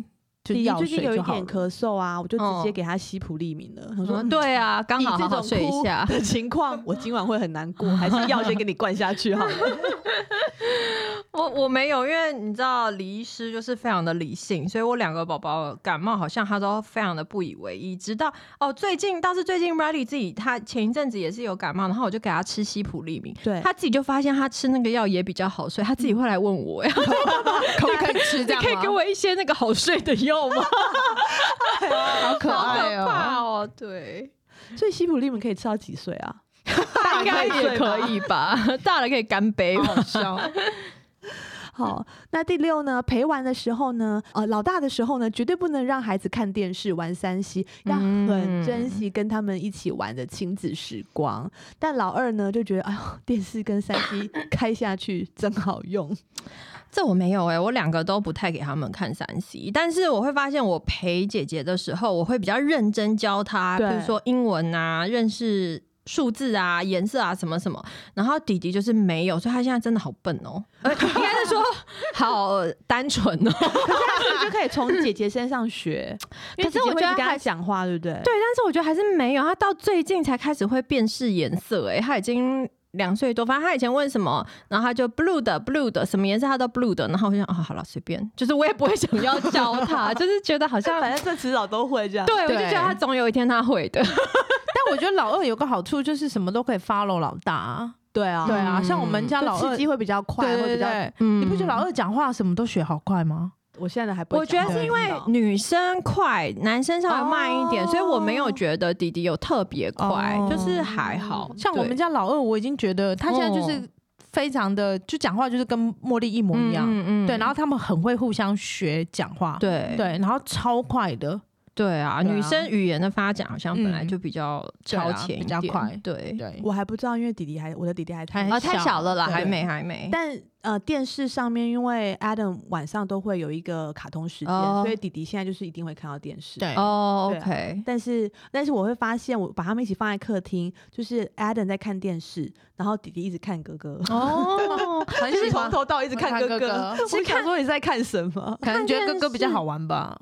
[SPEAKER 2] 就
[SPEAKER 1] 弟弟
[SPEAKER 2] 药
[SPEAKER 1] 最
[SPEAKER 2] 水
[SPEAKER 1] 近有一
[SPEAKER 2] 就好
[SPEAKER 1] 点
[SPEAKER 2] 了。
[SPEAKER 1] 咳嗽啊，我就直接
[SPEAKER 3] 嗯
[SPEAKER 1] 给他西普利明了。他说
[SPEAKER 3] 嗯，对啊，刚
[SPEAKER 1] 以
[SPEAKER 3] 好
[SPEAKER 1] 这
[SPEAKER 3] 好好
[SPEAKER 1] 种
[SPEAKER 3] 睡一
[SPEAKER 1] 哭
[SPEAKER 3] 下。
[SPEAKER 1] 的情况，我今晚会很难过，还是药先给你灌下去好了。 <laughs>
[SPEAKER 3] 我我没有，因为你知道李医师就是非常的理性，所以我两个宝宝感冒好像他都非常的不以为意。直到哦，最近倒是最近 Riley 自己他前一阵子也是有感冒，然后我就给他吃西普利明，
[SPEAKER 1] 对
[SPEAKER 3] 他自己就发现他吃那个药也比较好睡，他自己会来问我， <laughs> 哎，
[SPEAKER 2] 可不可以吃这
[SPEAKER 3] 你
[SPEAKER 2] 样
[SPEAKER 3] 可以给
[SPEAKER 2] 吗？
[SPEAKER 3] 我一些那个好睡的药吗？
[SPEAKER 2] <laughs> 好可
[SPEAKER 3] 好
[SPEAKER 2] 爱
[SPEAKER 3] 可
[SPEAKER 2] 哦！
[SPEAKER 3] 怕哦，对，
[SPEAKER 1] 所以西普利明可以吃到几岁啊？
[SPEAKER 3] 大应该
[SPEAKER 1] 可以
[SPEAKER 3] 也
[SPEAKER 1] 睡吧
[SPEAKER 3] 可以吧， <laughs> 大了可以干
[SPEAKER 2] <laughs>
[SPEAKER 3] 杯吧。
[SPEAKER 2] 好好笑，
[SPEAKER 1] 好，那第六呢？陪玩的时候呢，呃，老大的时候呢，绝对不能让孩子看电视、玩三 C，要很
[SPEAKER 3] 嗯
[SPEAKER 1] 珍惜跟他们一起玩的亲子时光。但老二呢，就觉得哎呦，电视跟三
[SPEAKER 3] <laughs>
[SPEAKER 1] C 开下去真好用。
[SPEAKER 3] 这我没有哎、我两个都不太给他们看三 C，但是我会发现我陪姐姐的时候，我会比较认真教她，比
[SPEAKER 1] 对
[SPEAKER 3] 如说英文啊、认识数字啊、颜色啊什么什么。然后弟弟就是没有，所以他现在真的好笨 <laughs> 哦、呃应该是说好单纯哦、
[SPEAKER 1] 可是他是不是就可以从姐姐身上
[SPEAKER 3] <laughs>
[SPEAKER 1] 学？因为
[SPEAKER 3] 可是
[SPEAKER 1] 姐姐
[SPEAKER 3] 我
[SPEAKER 1] 会一
[SPEAKER 3] 觉
[SPEAKER 1] 直
[SPEAKER 3] 得
[SPEAKER 1] 跟他
[SPEAKER 3] 还
[SPEAKER 1] 讲话，对不对？
[SPEAKER 3] 对，但是我觉得还是没有，他到最近才开始会辨识颜色、欸，他已经两岁多，反正他以前问什么，然后他就 blue 的 blue 的，什么颜色他都 blue 的，然后我就想，哦，好了，随便，就是我也不会想要教
[SPEAKER 2] <laughs>
[SPEAKER 3] 他，就是觉得好像，
[SPEAKER 1] <laughs> 反正这迟早都会这样。
[SPEAKER 3] 对，我就
[SPEAKER 2] 对
[SPEAKER 3] 觉得他总有一天他会
[SPEAKER 2] <laughs>
[SPEAKER 3] 的，
[SPEAKER 2] 但我觉得老二有个好处就是什么都可以 follow 老大啊，
[SPEAKER 1] 对啊，
[SPEAKER 2] 对啊，像我们家
[SPEAKER 1] 就
[SPEAKER 2] 老二，
[SPEAKER 1] 刺
[SPEAKER 2] 对
[SPEAKER 1] 激会比较快，会
[SPEAKER 2] 对
[SPEAKER 1] 比较。
[SPEAKER 2] 对，
[SPEAKER 3] 嗯
[SPEAKER 2] 你不觉得老二讲话什么都学好快吗？
[SPEAKER 1] 我现在还不会
[SPEAKER 3] 我觉
[SPEAKER 1] 讲
[SPEAKER 3] 得
[SPEAKER 1] 话，
[SPEAKER 3] 是因为
[SPEAKER 1] 我不知道
[SPEAKER 3] 女生快，男生稍微慢一点，所以我没有觉得弟弟有特别快，
[SPEAKER 2] 哦
[SPEAKER 3] 就是还好。
[SPEAKER 2] 像我们
[SPEAKER 3] 家
[SPEAKER 2] 家老二，我已经觉得他现在就是
[SPEAKER 3] 哦
[SPEAKER 2] 非常的，就讲话就是跟茉莉一模一样，
[SPEAKER 3] 嗯
[SPEAKER 2] 对，然后
[SPEAKER 3] 后
[SPEAKER 2] 他们很会互相学讲话，
[SPEAKER 3] 对
[SPEAKER 2] 对，然后超快的，
[SPEAKER 3] 对啊，
[SPEAKER 1] 对啊
[SPEAKER 3] 女生语言的发展好像本来
[SPEAKER 2] 嗯
[SPEAKER 3] 就比较
[SPEAKER 2] 对啊
[SPEAKER 3] 超前一
[SPEAKER 2] 比较
[SPEAKER 3] 点
[SPEAKER 2] 快
[SPEAKER 3] 对。
[SPEAKER 2] 对，
[SPEAKER 1] 我还不知道，因为弟弟还我的弟弟还太
[SPEAKER 2] 还
[SPEAKER 3] 啊，太小了啦，
[SPEAKER 2] 对
[SPEAKER 3] 还没还没。
[SPEAKER 1] 但呃，电视上面因为 Adam 晚上都会有一个卡通时间，
[SPEAKER 3] 哦
[SPEAKER 1] 所以弟弟现在就是一定会看到电视。
[SPEAKER 2] 对
[SPEAKER 3] 哦
[SPEAKER 1] 对啊 <laughs>
[SPEAKER 3] ，OK，
[SPEAKER 1] 但是，但是我会发现，我把他们一起放在客厅，就是 Adam 在看电视，然后弟弟一直看哥 <laughs> 哥，
[SPEAKER 3] 哦， <laughs> 很
[SPEAKER 1] 就是从头到尾一直看哥
[SPEAKER 2] 看哥哥
[SPEAKER 1] 我想说你在看什么？ <laughs>
[SPEAKER 2] 可能觉得哥哥比较
[SPEAKER 3] 看电视
[SPEAKER 2] 好玩吧，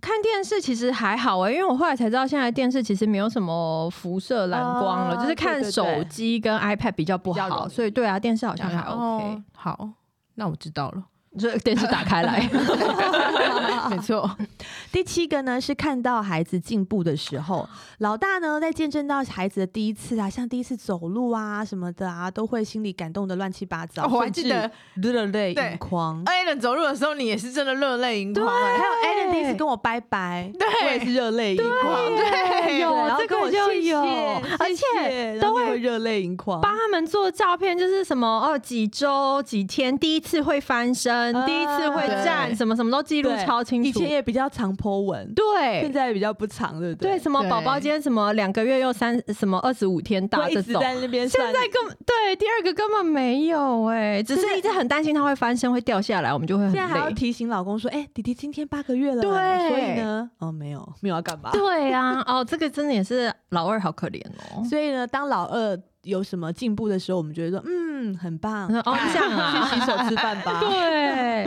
[SPEAKER 3] 看电视其实还好哎、因为我后来才知道，现在电视其实没有什么辐射蓝光了，
[SPEAKER 1] 哦
[SPEAKER 3] 就是看
[SPEAKER 1] 对对
[SPEAKER 3] 手
[SPEAKER 1] 对
[SPEAKER 3] 机跟 iPad 比较不
[SPEAKER 1] 比较
[SPEAKER 3] 好，
[SPEAKER 1] 容易
[SPEAKER 3] 所以对啊，电视好像
[SPEAKER 2] 对
[SPEAKER 3] 还 OK，
[SPEAKER 2] 哦好，那我知道了，
[SPEAKER 3] 就电视打开来。啊
[SPEAKER 2] 没
[SPEAKER 3] <laughs>
[SPEAKER 2] 错，
[SPEAKER 1] 第七个呢是看到孩子进步的时候，老大呢在见证到孩子的第一次啊，像第一次走路啊什么的啊，都会心里感动的乱七八糟，
[SPEAKER 2] 哦我还记得
[SPEAKER 1] 甚至热泪
[SPEAKER 2] 对
[SPEAKER 1] 盈眶。
[SPEAKER 2] 艾伦哎走路的时候，你也是真的热泪盈眶、
[SPEAKER 1] 还
[SPEAKER 2] 哎
[SPEAKER 1] 有 a l 第一次跟我拜拜，
[SPEAKER 2] 对
[SPEAKER 1] 我也是热泪盈眶，<laughs>
[SPEAKER 2] 对
[SPEAKER 1] 对
[SPEAKER 3] <laughs> 有
[SPEAKER 1] 然后
[SPEAKER 3] 这个
[SPEAKER 1] 跟我
[SPEAKER 3] 就
[SPEAKER 1] 谢谢
[SPEAKER 3] 有
[SPEAKER 1] 谢
[SPEAKER 3] 而且
[SPEAKER 1] 谢然后
[SPEAKER 3] 都
[SPEAKER 1] 就
[SPEAKER 3] 会
[SPEAKER 1] 会热泪盈眶。
[SPEAKER 3] 帮他们做照片，就是什么哦，几周几天，第一次会翻身，
[SPEAKER 1] 啊
[SPEAKER 3] 第一次会站，
[SPEAKER 2] 对
[SPEAKER 3] 什么什么都记录
[SPEAKER 1] 对
[SPEAKER 3] 超清
[SPEAKER 1] 以
[SPEAKER 3] 楚
[SPEAKER 1] 前。也比较常 po 文，现
[SPEAKER 3] 对
[SPEAKER 1] 在也比较不常，对不
[SPEAKER 3] 对，
[SPEAKER 1] 对？
[SPEAKER 3] 什么宝宝今天什么两个月又三什么二十五天大
[SPEAKER 1] 会一
[SPEAKER 3] 这
[SPEAKER 1] 直
[SPEAKER 3] 种。
[SPEAKER 1] 在那边
[SPEAKER 3] 现
[SPEAKER 1] 算
[SPEAKER 3] 在根本对第二个根本没有哎、只
[SPEAKER 1] 就是
[SPEAKER 3] 是一直很担心他会翻身会掉下来，我们就会很
[SPEAKER 1] 现在还要
[SPEAKER 3] 累。
[SPEAKER 1] 提醒老公说：“哎、弟弟今天八个月了。”
[SPEAKER 3] 对
[SPEAKER 1] 所以呢，哦，没有， <laughs> 没有要干嘛。
[SPEAKER 3] 对啊，哦，这个真的也是老二好可怜哦。
[SPEAKER 1] 所以呢，当老二有什么进步的时候，我们觉得说：“嗯，很棒。
[SPEAKER 3] 我说哦，这样啊，
[SPEAKER 1] <laughs> 去洗手吃饭吧。
[SPEAKER 3] <laughs> 对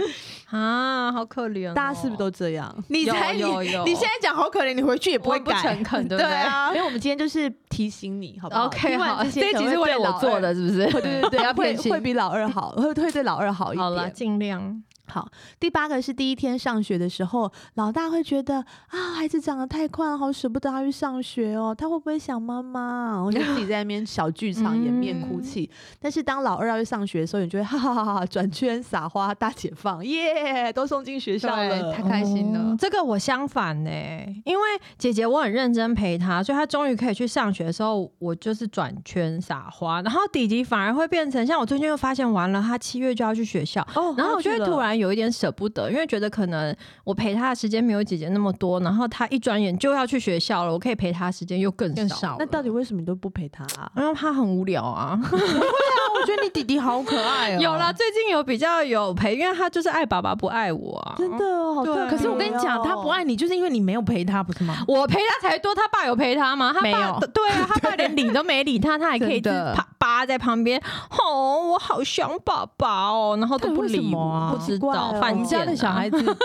[SPEAKER 3] 啊，好可怜、哦。
[SPEAKER 1] 大家是不是都这样？
[SPEAKER 2] 你才
[SPEAKER 3] 有有有
[SPEAKER 2] 你你现在讲好可怜，你回去也不
[SPEAKER 3] 我
[SPEAKER 2] 会
[SPEAKER 3] 不
[SPEAKER 2] 改， <laughs>
[SPEAKER 3] 诚恳，对
[SPEAKER 2] 对
[SPEAKER 3] 不对？
[SPEAKER 2] 啊
[SPEAKER 1] 因，为我们今天就是提醒你，好不好
[SPEAKER 3] OK，
[SPEAKER 1] <laughs> 听完
[SPEAKER 3] 好，
[SPEAKER 1] 这些
[SPEAKER 3] 这一
[SPEAKER 1] 可能
[SPEAKER 3] 集
[SPEAKER 1] 会
[SPEAKER 3] 是为了
[SPEAKER 1] 对
[SPEAKER 3] 我
[SPEAKER 1] 老
[SPEAKER 3] 做
[SPEAKER 1] 二
[SPEAKER 3] 的，是不 <laughs> 是？
[SPEAKER 1] 对对 <laughs> 对，
[SPEAKER 2] 不要
[SPEAKER 1] 会
[SPEAKER 2] 偏心
[SPEAKER 1] 会比老二好，会会对老二好一
[SPEAKER 3] 好了，
[SPEAKER 1] 点。
[SPEAKER 3] 尽量。
[SPEAKER 1] 好，第八个是第一天上学的时候，老大会觉得啊，孩子长得太快了，好舍不得他去上学哦，他会不会想妈妈？我就自己在那边小剧场
[SPEAKER 3] 嗯
[SPEAKER 1] 掩面哭泣。但是当老二要去上学的时候，你就会哈哈哈哈转圈撒花大解放，耶，都送进学校了
[SPEAKER 2] 对。太开心了
[SPEAKER 3] 哦这个我相反呢、欸因为姐姐我很认真陪她，所以她终于可以去上学的时候，我就是转圈撒花。然后弟弟反而会变成像我最近又发现，完了他七月就要去学校，
[SPEAKER 1] 哦
[SPEAKER 3] 然后我就会突
[SPEAKER 1] 然
[SPEAKER 3] 然有一点舍不得，因为觉得可能我陪他的时间没有姐姐那么多，然后他一转眼就要去学校了，我可以陪他的时间又更
[SPEAKER 2] 更
[SPEAKER 3] 少。
[SPEAKER 2] 少了。
[SPEAKER 1] 那到底为什么你都不陪他、啊？
[SPEAKER 3] 因为他很无聊啊，
[SPEAKER 2] 我觉得你弟弟好可爱哦，
[SPEAKER 3] <laughs> 有啦，。最近有比较有陪，因为他就是爱爸爸不爱我啊，
[SPEAKER 1] 真的哦，好
[SPEAKER 3] 对
[SPEAKER 1] 特别哦
[SPEAKER 2] 可是我跟你讲，他不爱你，就是因为你没有陪他，不是吗？
[SPEAKER 3] 我陪他才多，他爸有陪他吗？他爸
[SPEAKER 2] 没有
[SPEAKER 3] 对啊，他爸连理都没理他，他还可
[SPEAKER 2] <laughs>
[SPEAKER 3] 以一直
[SPEAKER 2] 真的
[SPEAKER 3] 啪扒在旁边。哦，我好想爸爸哦，然后都不
[SPEAKER 2] 到底为什
[SPEAKER 3] 理
[SPEAKER 2] 么
[SPEAKER 3] 我，
[SPEAKER 2] 啊
[SPEAKER 3] 不知
[SPEAKER 1] 好奇怪
[SPEAKER 3] 道
[SPEAKER 1] 哦
[SPEAKER 3] 犯
[SPEAKER 2] 你
[SPEAKER 3] 贱
[SPEAKER 2] 家
[SPEAKER 3] <laughs> 啊
[SPEAKER 2] 的小孩子，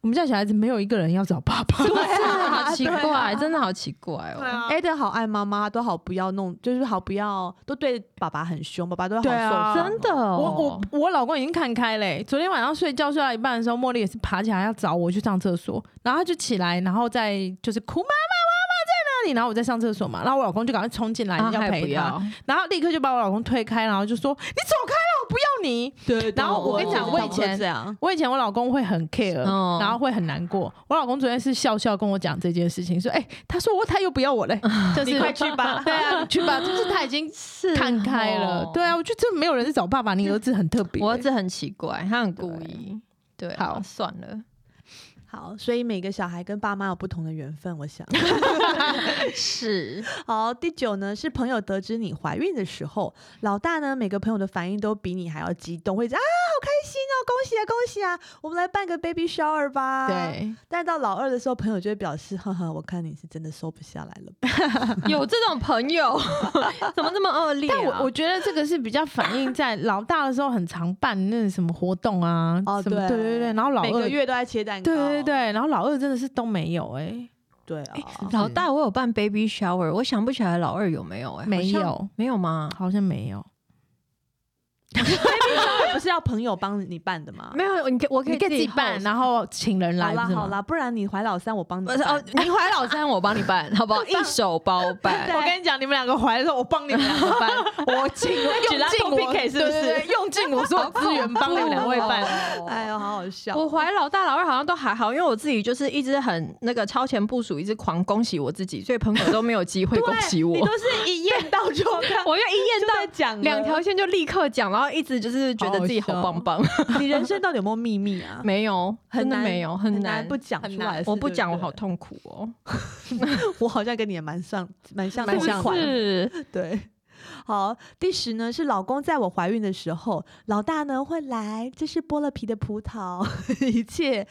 [SPEAKER 2] 我们家小孩子没有一个人要找爸爸，
[SPEAKER 3] 对啊，
[SPEAKER 1] 啊
[SPEAKER 3] 好奇
[SPEAKER 1] 对啊
[SPEAKER 3] 怪，真的好奇怪哦。
[SPEAKER 2] 啊
[SPEAKER 1] a d 好爱妈妈，都好不要弄，就是好不要都对爸爸很凶，爸爸都好受
[SPEAKER 2] 对啊
[SPEAKER 1] 伤
[SPEAKER 3] 真的、哦，
[SPEAKER 2] 我我我老公已经看开嘞、昨天晚上睡觉睡到一半的时候，茉莉也是爬起来要找我去上厕所，然后他就起来，然后再就是哭妈妈妈妈在哪里？然后我在上厕所嘛，然后我老公就赶快冲进来、
[SPEAKER 3] 啊
[SPEAKER 2] 要
[SPEAKER 3] 还不
[SPEAKER 2] 陪他，
[SPEAKER 3] 要？
[SPEAKER 2] 然后立刻就把我老公推开，然后就说你走开了，我不要你。
[SPEAKER 1] 对
[SPEAKER 2] 然后我跟你讲我以前
[SPEAKER 1] 这
[SPEAKER 2] <laughs>
[SPEAKER 1] 样，
[SPEAKER 2] 我以前我老公会很 care，、
[SPEAKER 3] 嗯
[SPEAKER 2] 然后会很难过。我老公昨天是笑笑跟我讲这件事情，说：“哎、他说我他又不要我嘞，就是
[SPEAKER 1] 你快去吧
[SPEAKER 2] <laughs> 对啊，你去吧，就是他已经
[SPEAKER 3] 是
[SPEAKER 2] 看开了。
[SPEAKER 3] 哦
[SPEAKER 2] 对啊，我觉得这没有人是找爸爸，你儿子很特别、
[SPEAKER 3] 我儿子很奇怪，他很故意。对啊，
[SPEAKER 2] 好
[SPEAKER 3] 算
[SPEAKER 2] <laughs>
[SPEAKER 3] 了，
[SPEAKER 1] <laughs> 好，所以每个小孩跟爸妈有不同的缘分，我
[SPEAKER 2] <laughs>
[SPEAKER 1] 想。
[SPEAKER 3] 是
[SPEAKER 1] 好，第九呢是朋友得知你怀孕的时候，老大呢每个朋友的反应都比你还要激动，会一直啊好开心哦，恭喜啊恭喜啊，我们来办个 baby shower 吧。，
[SPEAKER 2] 对，
[SPEAKER 1] 但到老二的时候，朋友就会表示，哈哈，我看你是真的瘦不下来了吧。
[SPEAKER 3] 有这种朋友， <laughs> 怎么这么恶劣、啊？
[SPEAKER 2] 但我我觉得这个是比较反映在老大的时候，很常办那什么活动啊，
[SPEAKER 1] 哦
[SPEAKER 2] 什么
[SPEAKER 1] 对
[SPEAKER 2] 对对对，然后老
[SPEAKER 1] 每
[SPEAKER 2] 二
[SPEAKER 1] 个。月都哦在切蛋糕。
[SPEAKER 2] 对对对，然后老二真的是都没有哎、
[SPEAKER 1] 对啊，
[SPEAKER 3] 老大，我有办 baby shower，我想不起来老二有没有哎、
[SPEAKER 2] 没有
[SPEAKER 3] 好像没有吗？
[SPEAKER 2] 好像没有。哎
[SPEAKER 1] 不是要朋友帮你办的吗？
[SPEAKER 3] 没有，你可以我可以
[SPEAKER 2] 你可以自己
[SPEAKER 3] 后
[SPEAKER 2] 办，啊然后请人
[SPEAKER 1] 好
[SPEAKER 2] 来，
[SPEAKER 1] 啦
[SPEAKER 2] 不是吗
[SPEAKER 1] 好啦，不然你怀老三，我帮你
[SPEAKER 3] 不
[SPEAKER 1] 办。
[SPEAKER 3] 是哦，你怀老三，我帮你办，好不好？一手包办。
[SPEAKER 1] 对
[SPEAKER 2] 我跟你讲，你们两个怀的时候，我帮你们两个搬，我
[SPEAKER 1] <laughs>
[SPEAKER 2] 请我
[SPEAKER 1] 举拉
[SPEAKER 2] 用尽
[SPEAKER 1] 同
[SPEAKER 2] 我
[SPEAKER 1] PK 是不是
[SPEAKER 2] 对对对用尽我所有资源帮你们两位搬。
[SPEAKER 1] <laughs> 哎呦，好好笑。
[SPEAKER 3] 我怀老大老二好像都还好，因为我自己就是一直很那个超前部署，一直狂恭喜我自己，所以朋友都没有机会恭喜我
[SPEAKER 1] 你。都是一验到就 <laughs> 看，
[SPEAKER 3] 我又一验
[SPEAKER 1] 就
[SPEAKER 3] 到
[SPEAKER 1] 在讲了 <laughs>
[SPEAKER 3] 两条。线就立刻讲，然后一直就是觉得自己好棒棒，
[SPEAKER 1] 你人生到底有没有秘密啊？
[SPEAKER 3] 没有，
[SPEAKER 1] 很
[SPEAKER 3] 真的
[SPEAKER 1] 难
[SPEAKER 3] 没有，
[SPEAKER 1] 很
[SPEAKER 3] 难
[SPEAKER 1] 难不讲
[SPEAKER 3] 很
[SPEAKER 1] 出来
[SPEAKER 3] 难
[SPEAKER 1] 的事
[SPEAKER 3] 我不讲
[SPEAKER 1] 对
[SPEAKER 3] 我
[SPEAKER 1] 不对
[SPEAKER 3] 好痛苦哦，
[SPEAKER 1] <laughs> 我好像跟你也蛮像，蛮像，
[SPEAKER 2] 蛮像
[SPEAKER 1] 款
[SPEAKER 2] 的
[SPEAKER 3] 是
[SPEAKER 1] 对。好，第十呢是老公在我怀孕的时候，老大呢会来，这是剥了皮的葡萄， <laughs> 一切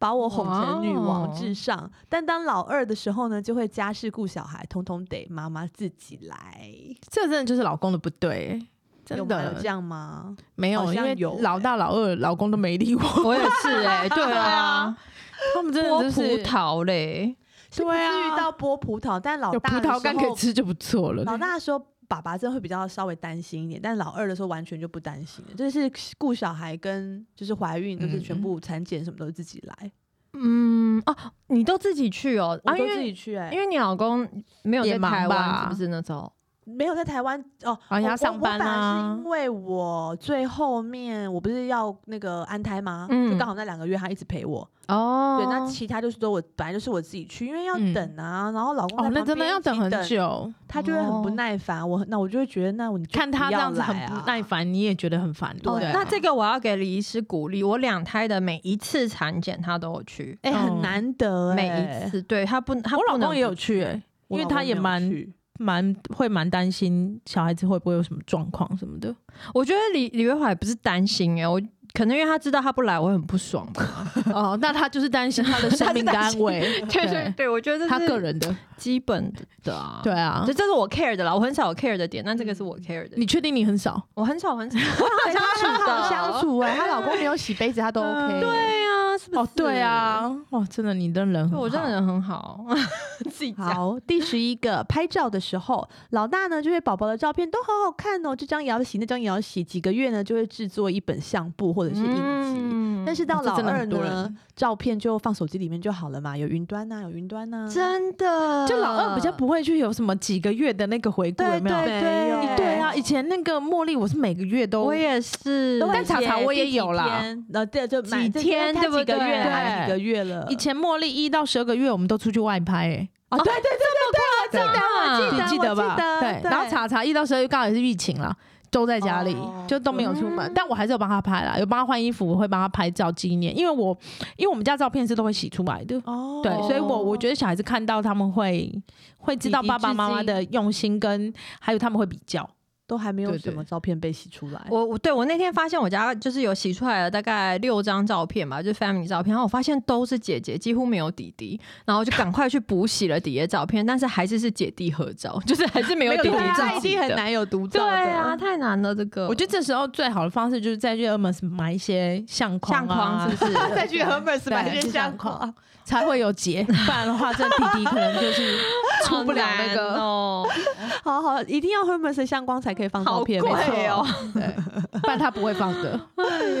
[SPEAKER 1] 把我哄成女王至上。但当老二的时候呢，就会家事顾小孩，通通得妈妈自己来。
[SPEAKER 2] 这真的就是老公的不对，
[SPEAKER 1] 有吗
[SPEAKER 2] 真
[SPEAKER 1] 有
[SPEAKER 2] 的啊
[SPEAKER 1] 这样吗？
[SPEAKER 2] 没
[SPEAKER 1] 好
[SPEAKER 2] 有，哎哦因
[SPEAKER 1] 像
[SPEAKER 2] 为
[SPEAKER 1] 有
[SPEAKER 2] 老大老二老公都没理我，
[SPEAKER 3] 我也是哎，对啊，
[SPEAKER 2] <laughs> 他们真
[SPEAKER 3] 剥
[SPEAKER 2] 的就
[SPEAKER 3] 葡
[SPEAKER 2] 是
[SPEAKER 3] 萄嘞，
[SPEAKER 1] 是不
[SPEAKER 2] 对啊
[SPEAKER 1] 至于到剥葡萄，但老
[SPEAKER 2] 有葡
[SPEAKER 1] 哦大的
[SPEAKER 2] 萄
[SPEAKER 1] 时
[SPEAKER 2] 干可以
[SPEAKER 1] 候，
[SPEAKER 2] 吃就不错了。
[SPEAKER 1] 老大的时候爸爸真的会比较稍微担心一点，但老二的时候完全就不担心了，就是顾小孩跟就是怀孕都是全
[SPEAKER 2] 嗯
[SPEAKER 1] 部产检什么都是自己来，
[SPEAKER 3] 嗯哦，你都自己去哦，
[SPEAKER 1] 我
[SPEAKER 3] 啊，因
[SPEAKER 1] 都自己
[SPEAKER 3] 为
[SPEAKER 1] 去哎、
[SPEAKER 3] 因为你老公没有
[SPEAKER 2] 也
[SPEAKER 3] 在
[SPEAKER 2] 忙
[SPEAKER 3] 台
[SPEAKER 2] 吧
[SPEAKER 3] 湾，是不是那时候？
[SPEAKER 1] 没有在台湾哦，
[SPEAKER 2] 而且
[SPEAKER 1] 我
[SPEAKER 2] 要
[SPEAKER 1] 我
[SPEAKER 2] 上
[SPEAKER 1] 我
[SPEAKER 2] 班
[SPEAKER 1] 反而
[SPEAKER 2] 啊
[SPEAKER 1] 是因，为我最后面我不是要那个安胎吗？
[SPEAKER 3] 嗯
[SPEAKER 1] 就刚好那两个月他一直陪我，
[SPEAKER 3] 哦，
[SPEAKER 1] 对，那其他就是都我本来就是我自己去，因为要
[SPEAKER 2] 嗯
[SPEAKER 1] 等啊，然后老公在
[SPEAKER 2] 哦，那
[SPEAKER 1] 旁
[SPEAKER 2] 真的
[SPEAKER 1] 边
[SPEAKER 2] 要
[SPEAKER 1] 一起等
[SPEAKER 2] 等很，久。
[SPEAKER 1] 他就会很不
[SPEAKER 3] 哦
[SPEAKER 1] 耐烦，我那我就会觉得那我你就
[SPEAKER 2] 看他
[SPEAKER 1] 不
[SPEAKER 2] 这
[SPEAKER 1] 要
[SPEAKER 2] 样子
[SPEAKER 1] 来
[SPEAKER 2] 很不
[SPEAKER 1] 啊
[SPEAKER 2] 耐，烦，你也觉得很烦，对不
[SPEAKER 3] 哦
[SPEAKER 2] 对啊？，
[SPEAKER 3] 那这个我要给李医师鼓励，我两胎的每一次产检他都有去，
[SPEAKER 1] 哎、很
[SPEAKER 2] 嗯
[SPEAKER 1] 难得、
[SPEAKER 3] 每
[SPEAKER 1] 哎
[SPEAKER 3] 一，次，对他不，他
[SPEAKER 2] 我
[SPEAKER 3] 不
[SPEAKER 2] 老
[SPEAKER 3] 能
[SPEAKER 2] 公也有
[SPEAKER 3] 不
[SPEAKER 2] 去哎，
[SPEAKER 1] 我
[SPEAKER 2] 因为
[SPEAKER 1] 老
[SPEAKER 2] 他
[SPEAKER 1] 公
[SPEAKER 2] 也
[SPEAKER 1] 没有
[SPEAKER 2] 蛮
[SPEAKER 1] 去
[SPEAKER 2] 蛮会蛮担心小孩子会不会有什么状况什么的。
[SPEAKER 3] 我觉得李李月华也不是担心哎、我可能因为他知道他不来，我会很不爽吧。
[SPEAKER 2] 哦，那他就是担心他的生命的安危，
[SPEAKER 3] <laughs> 对对对，我觉得这是
[SPEAKER 2] 他个人的，
[SPEAKER 3] 基本的的啊。
[SPEAKER 2] 对，啊
[SPEAKER 3] 这。这是我 care 的啦，我很少有 care 的点，但这个是我 care 的。
[SPEAKER 2] 你确定你很少？
[SPEAKER 3] 我很少很 <laughs> 少我好相
[SPEAKER 1] 他
[SPEAKER 3] 处的
[SPEAKER 1] <laughs> 好相。处哎、她老公没有洗杯子，她都 OK，、
[SPEAKER 2] 嗯
[SPEAKER 3] 对啊，是不是？
[SPEAKER 2] 哦，对，啊，哇，真的，你的人很
[SPEAKER 3] 对
[SPEAKER 2] 好，
[SPEAKER 3] 我真的人很好， <laughs> 自己讲。
[SPEAKER 1] 好，第十一个拍照的时候，老大呢就会宝宝的照片都好好看哦，这张也要洗，那张也要洗，几个月呢就会制作一本相簿或者是影集。
[SPEAKER 3] 嗯
[SPEAKER 1] 但是到
[SPEAKER 2] 哦这
[SPEAKER 1] 老
[SPEAKER 2] 真的
[SPEAKER 1] 二
[SPEAKER 2] 很多
[SPEAKER 1] 呢
[SPEAKER 2] 人，
[SPEAKER 1] 照片就放手机里面就好了嘛，有云端啊呐、有云端呐、
[SPEAKER 3] 真的，
[SPEAKER 2] 就老二比较不会去有什么几个月的那个回顾，有没有？
[SPEAKER 3] 对对
[SPEAKER 1] 对
[SPEAKER 2] 对啊，以前那个茉莉，我是每个月都
[SPEAKER 3] 我也是，
[SPEAKER 1] 都会
[SPEAKER 2] 但
[SPEAKER 1] 写
[SPEAKER 2] 常常我也有啦
[SPEAKER 1] 第几天，然后对就买
[SPEAKER 3] 几
[SPEAKER 1] 这因为
[SPEAKER 3] 天
[SPEAKER 1] 他
[SPEAKER 3] 对不
[SPEAKER 1] 几个月
[SPEAKER 3] 对
[SPEAKER 1] 啦，几个月了，
[SPEAKER 2] 以前茉莉一到十二个月，我们都出去外拍，哎，
[SPEAKER 1] 哦，对对对对对，我记得嗯我记
[SPEAKER 2] 你
[SPEAKER 1] 得
[SPEAKER 3] 啊
[SPEAKER 2] 记
[SPEAKER 1] 我
[SPEAKER 2] 得吧？
[SPEAKER 1] 记得
[SPEAKER 2] 对，
[SPEAKER 1] 对
[SPEAKER 2] 然后查查一到十二月刚好也是疫情啦，都在家里，
[SPEAKER 1] 哦
[SPEAKER 2] 就都没有出门。但我还是有帮他拍啦，有帮他换衣服，我会帮他拍照纪念，因为我因为我们家照片是都会洗出来的，
[SPEAKER 1] 哦，
[SPEAKER 2] 对，所以我我觉得小孩子看到他们会会知道
[SPEAKER 1] 以及
[SPEAKER 2] 爸爸妈妈
[SPEAKER 1] 至今
[SPEAKER 2] 的用心跟，还有他们会比较。
[SPEAKER 1] 都还没有
[SPEAKER 2] 对
[SPEAKER 1] 什么
[SPEAKER 2] 对
[SPEAKER 1] 照片被洗出来。
[SPEAKER 3] 我我对我那天发现我家就是有洗出来了大概六张照片吧，就是 family 照片，然后我发现都是姐姐，几乎没有弟弟，然后就赶快去补洗了底下照片，但是还是是姐弟合照，就是还是没有弟弟
[SPEAKER 1] 对啊
[SPEAKER 3] 照，
[SPEAKER 1] 一定很。难有独
[SPEAKER 3] 对
[SPEAKER 1] 照的。
[SPEAKER 3] 啊，太难了，这个
[SPEAKER 2] 我觉得这时候最好的方式就是再去 Hermes 买一些相框、啊，
[SPEAKER 3] 相框是不是
[SPEAKER 1] 再去 Hermes
[SPEAKER 2] 对
[SPEAKER 1] 买一些
[SPEAKER 2] 去
[SPEAKER 1] 相
[SPEAKER 2] 相
[SPEAKER 1] 框
[SPEAKER 2] 框，才会有结，不然的话，这弟弟可能就是出不了那个
[SPEAKER 3] <laughs> 好难，
[SPEAKER 2] <laughs>
[SPEAKER 3] 哦，
[SPEAKER 1] <laughs> 好好，一定要 Hermes 的相框才可以放照
[SPEAKER 3] 好
[SPEAKER 1] 片，
[SPEAKER 3] 贵
[SPEAKER 1] 没错。
[SPEAKER 3] 哦，
[SPEAKER 2] 对，不然他不会放的。
[SPEAKER 3] 哎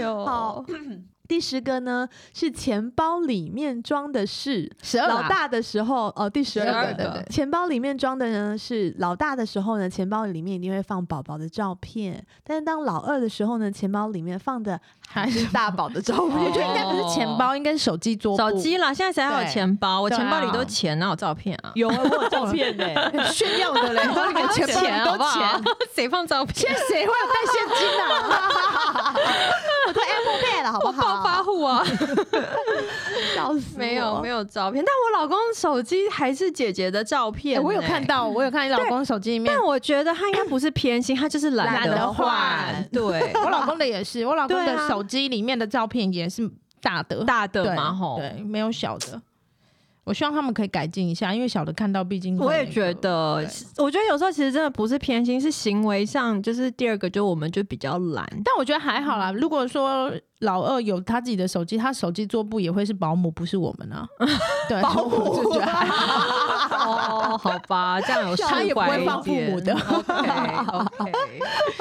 [SPEAKER 2] <laughs>
[SPEAKER 3] 呦，
[SPEAKER 1] 好， <clears throat> 第十个呢是钱包里面装的是
[SPEAKER 2] 十二
[SPEAKER 1] 老大的时候，哦，第十二
[SPEAKER 2] 12
[SPEAKER 1] 个，
[SPEAKER 2] 啊个
[SPEAKER 1] 对对钱包里面装的呢是老大的时候呢，钱包里面一定会放宝宝的照片，但是当老二的时候呢，钱包里面放的还是大宝的照
[SPEAKER 2] 我
[SPEAKER 1] 片
[SPEAKER 2] 觉。得应该不是钱包，应该是手机桌布
[SPEAKER 3] 手机啦，现在谁还有
[SPEAKER 2] 对
[SPEAKER 3] 钱包？我
[SPEAKER 2] 对啊
[SPEAKER 3] 钱包里都钱，哪有照片啊？
[SPEAKER 1] 有啊，我有照片呢、
[SPEAKER 2] <laughs> 炫耀的嘞，我
[SPEAKER 3] 还有
[SPEAKER 2] 钱包
[SPEAKER 3] 钱
[SPEAKER 2] 里
[SPEAKER 3] 好
[SPEAKER 2] 都
[SPEAKER 3] 不好
[SPEAKER 2] 钱，？
[SPEAKER 3] 谁放照片？
[SPEAKER 2] 谁会带现金啊？
[SPEAKER 1] 我都 Apple Pay 了，好不
[SPEAKER 3] <laughs> 我暴发
[SPEAKER 1] 好？
[SPEAKER 3] 户啊！
[SPEAKER 2] <laughs>
[SPEAKER 1] 笑死我！
[SPEAKER 3] 没
[SPEAKER 2] 啊
[SPEAKER 3] 有没
[SPEAKER 1] 有，
[SPEAKER 3] 有照片，但我老公手机还是姐姐的照片、
[SPEAKER 2] 哎我有看。到，我有看你老公手机里面
[SPEAKER 3] 但，我觉得他应该不是偏心，他就是懒
[SPEAKER 2] 懒
[SPEAKER 3] 得
[SPEAKER 2] 得
[SPEAKER 3] 换
[SPEAKER 2] 换。 <laughs>
[SPEAKER 3] 对，
[SPEAKER 2] 我老公的也是，我老公
[SPEAKER 3] 对啊
[SPEAKER 2] 的手机里面的照片也是大的，
[SPEAKER 3] 大的
[SPEAKER 2] 对
[SPEAKER 3] 嘛吼。
[SPEAKER 2] 对，没有小的。我希望他们可以改进一下，因为小的看到，毕竟会
[SPEAKER 3] 我也
[SPEAKER 2] 那个
[SPEAKER 3] 觉得
[SPEAKER 2] 对，
[SPEAKER 3] 我觉得有时候其实真的不是偏心，是行为上，就是第二个，就我们就比较懒。
[SPEAKER 2] 但我觉得还
[SPEAKER 1] 嗯
[SPEAKER 2] 好啦。如果说老二有他自己的手机，他手机桌布也会是保姆，不是我
[SPEAKER 1] <laughs>
[SPEAKER 2] 们啊。对，保姆就觉得还好。
[SPEAKER 3] 哦，好吧，这样有
[SPEAKER 2] 他也不会放父母的
[SPEAKER 3] OK，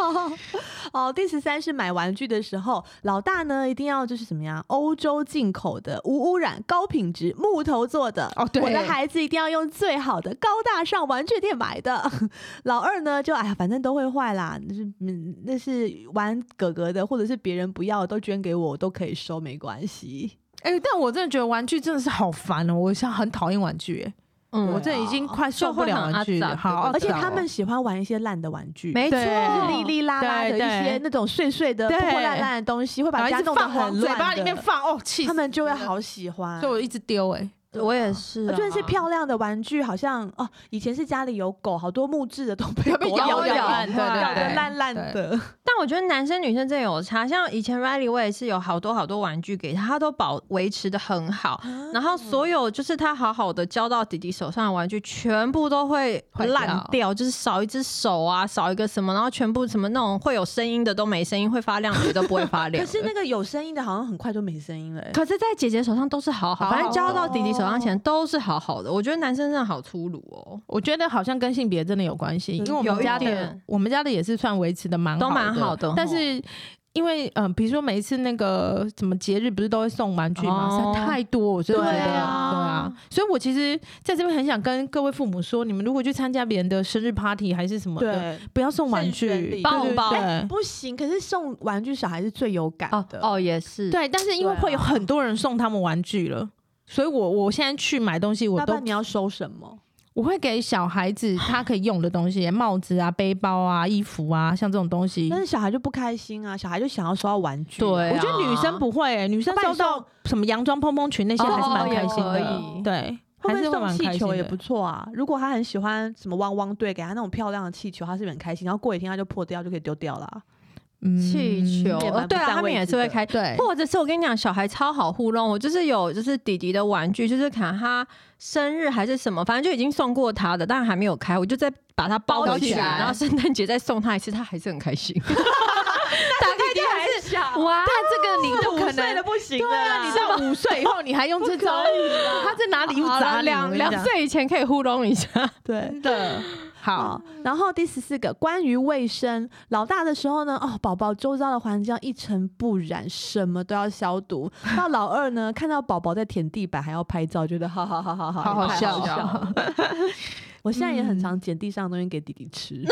[SPEAKER 1] <laughs> 哦，第十三是买玩具的时候，老大呢一定要就是怎么样，欧洲进口的、无污染、高品质、木头做的。
[SPEAKER 2] 哦对
[SPEAKER 1] 我的孩子一定要用最好的、高大上玩具店买的。 <laughs> 老二呢，就哎呀，反正都会坏啦，那是嗯那是玩哥哥的，或者是别人不要的都捐给我，我都可以收，没关系。
[SPEAKER 2] 哎、但我真的觉得玩具真的是好烦哦、我现在很讨厌玩具、哎
[SPEAKER 3] 嗯
[SPEAKER 2] 我这已经
[SPEAKER 1] 啊
[SPEAKER 2] 快受不了玩具
[SPEAKER 3] 就
[SPEAKER 2] 了。
[SPEAKER 3] 会很阿杂
[SPEAKER 2] 好，哦
[SPEAKER 3] 对不
[SPEAKER 1] 而且
[SPEAKER 3] 对
[SPEAKER 1] 他们喜欢玩一些烂的玩具，
[SPEAKER 3] 没错，
[SPEAKER 2] 对
[SPEAKER 1] 就是哩哩啦啦的一
[SPEAKER 2] 对对
[SPEAKER 1] 些那种碎碎的、破
[SPEAKER 2] 对
[SPEAKER 1] 破烂烂的东西，会把
[SPEAKER 2] 然
[SPEAKER 1] 家
[SPEAKER 2] 后一直
[SPEAKER 1] 弄得
[SPEAKER 2] 放往
[SPEAKER 1] 很
[SPEAKER 2] 嘴
[SPEAKER 1] 乱
[SPEAKER 2] 巴里
[SPEAKER 1] 的
[SPEAKER 2] 面放，哦，气
[SPEAKER 1] 他
[SPEAKER 2] 死！
[SPEAKER 1] 们就会好喜欢。
[SPEAKER 2] 所以我一直丢哎、
[SPEAKER 3] 我也是啊，
[SPEAKER 1] 我觉得是漂亮的玩具，好像哦，以前是家里有狗，好多木质的都被
[SPEAKER 2] 都 <laughs> 被
[SPEAKER 1] 狗
[SPEAKER 2] 咬
[SPEAKER 1] 咬
[SPEAKER 2] 咬烂
[SPEAKER 1] 咬
[SPEAKER 2] 对对
[SPEAKER 1] 咬得
[SPEAKER 2] 对
[SPEAKER 1] 烂烂 <laughs> 的。
[SPEAKER 3] 但我觉得男生女生真的有差，像以前 Riley 我也是有好多好多玩具给他，他都保维持的很好，
[SPEAKER 1] 啊
[SPEAKER 3] 然后所有就是他好好的交到弟弟手上的玩具，全部都会
[SPEAKER 2] 坏
[SPEAKER 3] 烂
[SPEAKER 2] 掉
[SPEAKER 3] 掉，就是少一只手啊，少一个什么，然后全部什么那种会有声音的都没声音，会发亮的也都不会 <laughs> 发亮
[SPEAKER 1] 可
[SPEAKER 3] 了。
[SPEAKER 1] 是那个有声音的，好像很快就没声音了欸。
[SPEAKER 3] 可是在姐姐手上都是好好，
[SPEAKER 2] 好好
[SPEAKER 3] 反正交到弟弟手上前
[SPEAKER 1] 哦
[SPEAKER 3] 都是好好的。我觉得男生真的好粗鲁哦，
[SPEAKER 2] 我觉得好像跟性别真的有关系，因为我
[SPEAKER 3] 有
[SPEAKER 2] 们
[SPEAKER 3] 一
[SPEAKER 2] 家的
[SPEAKER 3] 点
[SPEAKER 2] 我们家的也是算维持的蛮
[SPEAKER 3] 都蛮好
[SPEAKER 2] 好
[SPEAKER 3] 的
[SPEAKER 2] 但
[SPEAKER 3] 吼
[SPEAKER 2] 是因为嗯、呃比如说每一次那个什么节日不是都会送玩具吗？
[SPEAKER 3] 哦
[SPEAKER 2] 实在太多，我真的觉得
[SPEAKER 1] 对
[SPEAKER 2] 对
[SPEAKER 1] 啊
[SPEAKER 2] 啊，所以我其实在这边很想跟各位父母说，你们如果去参加别人的生日 party 还是什么的，
[SPEAKER 1] 对，
[SPEAKER 2] 不要送玩
[SPEAKER 1] 慎选礼
[SPEAKER 2] 具，
[SPEAKER 3] 抱
[SPEAKER 2] 对
[SPEAKER 3] 抱
[SPEAKER 2] 对
[SPEAKER 1] 哎
[SPEAKER 2] 对
[SPEAKER 1] 不行。可是送玩具小孩是最有感
[SPEAKER 3] 哦
[SPEAKER 1] 的。
[SPEAKER 3] 哦也是，
[SPEAKER 2] 对，但是因为
[SPEAKER 1] 对啊
[SPEAKER 2] 会有很多人送他们玩具了。所以我我现在去买东西，我
[SPEAKER 1] 那不
[SPEAKER 2] 都
[SPEAKER 1] 然你要收什么？
[SPEAKER 2] 我会给小孩子他可以用的东西，帽子啊、背包啊、衣服啊，像这种东西。
[SPEAKER 1] 但是小孩就不开心啊，小孩就想要收到玩具。
[SPEAKER 3] 嗯
[SPEAKER 1] 啊
[SPEAKER 3] 对啊
[SPEAKER 2] 我觉得女生不会、欸，女生
[SPEAKER 1] 那把你
[SPEAKER 2] 收到什么洋装、蓬蓬裙那些
[SPEAKER 3] 哦
[SPEAKER 2] 还是蛮开心
[SPEAKER 3] 哦也
[SPEAKER 2] 的，
[SPEAKER 3] 可以
[SPEAKER 2] 对，
[SPEAKER 1] 会
[SPEAKER 2] 还
[SPEAKER 1] 不会
[SPEAKER 2] 是会
[SPEAKER 1] 送
[SPEAKER 2] 蛮
[SPEAKER 1] 气
[SPEAKER 2] 开心
[SPEAKER 1] 球
[SPEAKER 2] 的。
[SPEAKER 1] 也不错啊？如果他很喜欢什么汪汪队，给他那种漂亮的气球，他是不是很开心。然后过几天他就破掉，就可以丢掉了啊。
[SPEAKER 2] 嗯
[SPEAKER 3] 气球，
[SPEAKER 1] 也蛮
[SPEAKER 3] 哦
[SPEAKER 1] 不
[SPEAKER 3] 对
[SPEAKER 1] 占
[SPEAKER 3] 啊，他们
[SPEAKER 1] 位
[SPEAKER 3] 也
[SPEAKER 1] 置
[SPEAKER 3] 是会
[SPEAKER 1] 的
[SPEAKER 3] 开
[SPEAKER 2] 对，
[SPEAKER 3] 或者是我跟你讲，小孩超好糊弄。我就是有，就是弟弟的玩具，就是看他生日还是什么，反正就已经送过他的，但还没有开，我就再把它包
[SPEAKER 2] 包
[SPEAKER 3] 回去，
[SPEAKER 2] 起来
[SPEAKER 3] 然后圣诞节再送他一次，他还是很开心。
[SPEAKER 1] 打开就还是小
[SPEAKER 3] <laughs> 哇，
[SPEAKER 2] 但这
[SPEAKER 1] <laughs>
[SPEAKER 2] 个你不可
[SPEAKER 1] 五岁的
[SPEAKER 2] 能。
[SPEAKER 1] 不行
[SPEAKER 2] 对
[SPEAKER 1] 的啊，
[SPEAKER 2] 啊，你到五岁以后你还用这招，他在拿礼物
[SPEAKER 3] 好
[SPEAKER 2] 砸
[SPEAKER 3] 了，
[SPEAKER 2] 你我
[SPEAKER 3] 两
[SPEAKER 2] 跟你
[SPEAKER 3] 两
[SPEAKER 2] 讲
[SPEAKER 3] 岁以前可以糊弄
[SPEAKER 2] <laughs>
[SPEAKER 3] 一下，
[SPEAKER 1] 对。
[SPEAKER 2] 真的好
[SPEAKER 1] 好，，然后第十四个关于卫生，老大的时候呢，哦，宝宝周遭的环境要一尘不染，什么都要消毒。到老二呢，看到宝宝在舔地板还要拍照，觉得好好好好好，
[SPEAKER 2] 好好
[SPEAKER 1] 太
[SPEAKER 2] 笑
[SPEAKER 1] 笑了。我现在也很常捡地上的东西给弟弟吃。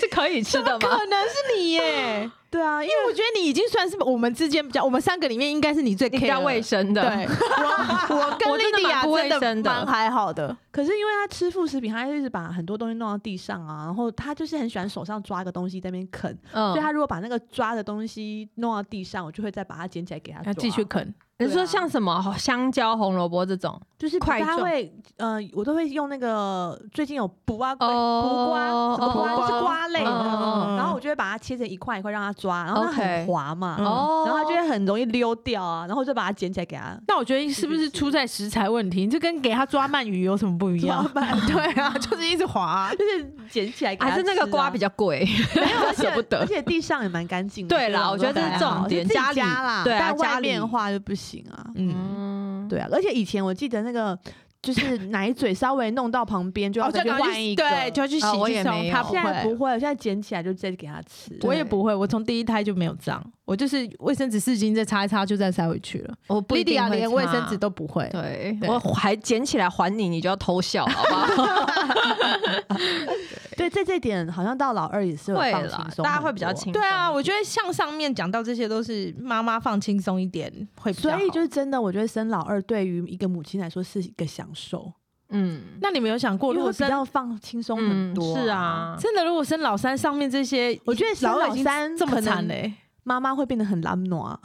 [SPEAKER 3] 是可以吃的吗？
[SPEAKER 2] 可能是你耶，
[SPEAKER 1] 对啊，因
[SPEAKER 2] 因为我觉得你已经算是我们之间比较，我们三个里面应该是你最
[SPEAKER 3] 比
[SPEAKER 2] care
[SPEAKER 3] 较卫生的，
[SPEAKER 2] 对， <laughs> 我我
[SPEAKER 3] 我
[SPEAKER 2] 跟
[SPEAKER 3] 真
[SPEAKER 2] 莉
[SPEAKER 3] 的
[SPEAKER 2] 莉
[SPEAKER 3] 蛮
[SPEAKER 2] 亚
[SPEAKER 3] 不卫
[SPEAKER 2] 真的
[SPEAKER 3] 生的
[SPEAKER 2] 蛮还好的，
[SPEAKER 1] 可是因为他吃副食品，他一直把很多东西弄到地上啊，然后他就是很喜欢手上抓一个东西在那边啃，所以
[SPEAKER 3] 嗯，
[SPEAKER 1] 他如果把那个抓的东西弄到地上，我就会再把它捡起来给他
[SPEAKER 2] 要
[SPEAKER 1] 抓。
[SPEAKER 2] 继续啃。
[SPEAKER 3] 你是
[SPEAKER 1] 对啊
[SPEAKER 3] 说像什么香蕉、红萝卜这种？
[SPEAKER 1] 就是
[SPEAKER 3] 块
[SPEAKER 1] 他
[SPEAKER 3] 状
[SPEAKER 1] 会呃，我都会用那个最近有补啊，补瓜，
[SPEAKER 3] 哦
[SPEAKER 1] 什么啊
[SPEAKER 2] 哦
[SPEAKER 1] 瓜是瓜类的，嗯
[SPEAKER 3] 哦
[SPEAKER 1] 然后我就会把它切成一块一块让它抓，然后它
[SPEAKER 3] OK
[SPEAKER 1] 很滑嘛，
[SPEAKER 2] 嗯
[SPEAKER 3] 哦，
[SPEAKER 1] 然后它就会很容易溜掉啊，然后就把它捡起来给它
[SPEAKER 2] 那我觉得是不是出在食材问题？这跟给他抓鳗鱼有什么不一样
[SPEAKER 1] 抓？板，
[SPEAKER 2] <laughs> 对啊，就是一直滑、
[SPEAKER 1] 就是捡起来给它
[SPEAKER 3] 还是那个瓜比
[SPEAKER 1] 较
[SPEAKER 3] 较贵，
[SPEAKER 1] 没
[SPEAKER 3] <laughs>
[SPEAKER 1] 有，而且
[SPEAKER 3] 舍不得
[SPEAKER 1] 而且地上也蛮干净的。
[SPEAKER 3] 对啦
[SPEAKER 1] 所以
[SPEAKER 3] 我觉得这是
[SPEAKER 1] 还好
[SPEAKER 3] 重点
[SPEAKER 1] 就自己
[SPEAKER 3] 家里
[SPEAKER 1] 家啦，
[SPEAKER 3] 对啊
[SPEAKER 1] 但
[SPEAKER 3] 家
[SPEAKER 1] 外
[SPEAKER 3] 里
[SPEAKER 1] 面的话就不行啊。
[SPEAKER 2] 嗯，
[SPEAKER 3] 嗯，
[SPEAKER 1] 对啊，而且以前我记得那个就是 <laughs> 奶嘴稍微弄到旁边就要
[SPEAKER 2] 哦，
[SPEAKER 1] 再
[SPEAKER 2] 就
[SPEAKER 1] 去
[SPEAKER 2] 赶快
[SPEAKER 1] 换
[SPEAKER 2] 去
[SPEAKER 1] 一个，哦
[SPEAKER 2] 对，就要去洗
[SPEAKER 3] 啊我
[SPEAKER 2] 去
[SPEAKER 3] 也没
[SPEAKER 2] 冲，
[SPEAKER 3] 有
[SPEAKER 2] 他
[SPEAKER 1] 现在
[SPEAKER 2] 会
[SPEAKER 1] 不。会，我现在捡起来就直接给它吃。
[SPEAKER 2] 我也
[SPEAKER 3] 对
[SPEAKER 2] 不会，我从第一胎就没有这样，我就是卫生纸、湿巾再擦一擦就再塞回去了。
[SPEAKER 3] 我不
[SPEAKER 2] 莉
[SPEAKER 3] 一
[SPEAKER 2] 迪
[SPEAKER 3] 定
[SPEAKER 2] 亚
[SPEAKER 3] 会
[SPEAKER 2] 连卫生
[SPEAKER 3] 擦
[SPEAKER 2] 纸都不会，
[SPEAKER 3] 对，
[SPEAKER 2] 对
[SPEAKER 3] 我还捡起来还你，你就要偷笑，好不 <laughs> 好？
[SPEAKER 1] 对，在这点好像到老二也是有
[SPEAKER 3] 会
[SPEAKER 1] 放
[SPEAKER 3] 啦
[SPEAKER 1] 轻松，
[SPEAKER 3] 大家
[SPEAKER 1] 很
[SPEAKER 3] 会比较
[SPEAKER 1] 多
[SPEAKER 3] 轻松。
[SPEAKER 2] 对啊，我觉得像上面讲到这些都是妈妈放轻松一点会比较
[SPEAKER 1] 所
[SPEAKER 2] 好。
[SPEAKER 1] 以就是真的，我觉得生老二对于一个母亲来说是一个享受，
[SPEAKER 3] 嗯，
[SPEAKER 2] 那你们有想过，
[SPEAKER 1] 因
[SPEAKER 2] 如
[SPEAKER 1] 为会
[SPEAKER 2] 果
[SPEAKER 1] 比
[SPEAKER 2] 生
[SPEAKER 1] 较放轻松很多、
[SPEAKER 3] 是，啊，
[SPEAKER 2] 真的如果生老三上面这些，
[SPEAKER 1] 我觉得生
[SPEAKER 2] 老
[SPEAKER 1] 老
[SPEAKER 2] 已经
[SPEAKER 1] 三
[SPEAKER 2] 这么
[SPEAKER 1] 可能
[SPEAKER 2] 惨嘞，
[SPEAKER 1] 妈妈会变得很懒
[SPEAKER 3] <laughs>
[SPEAKER 1] 惰，懒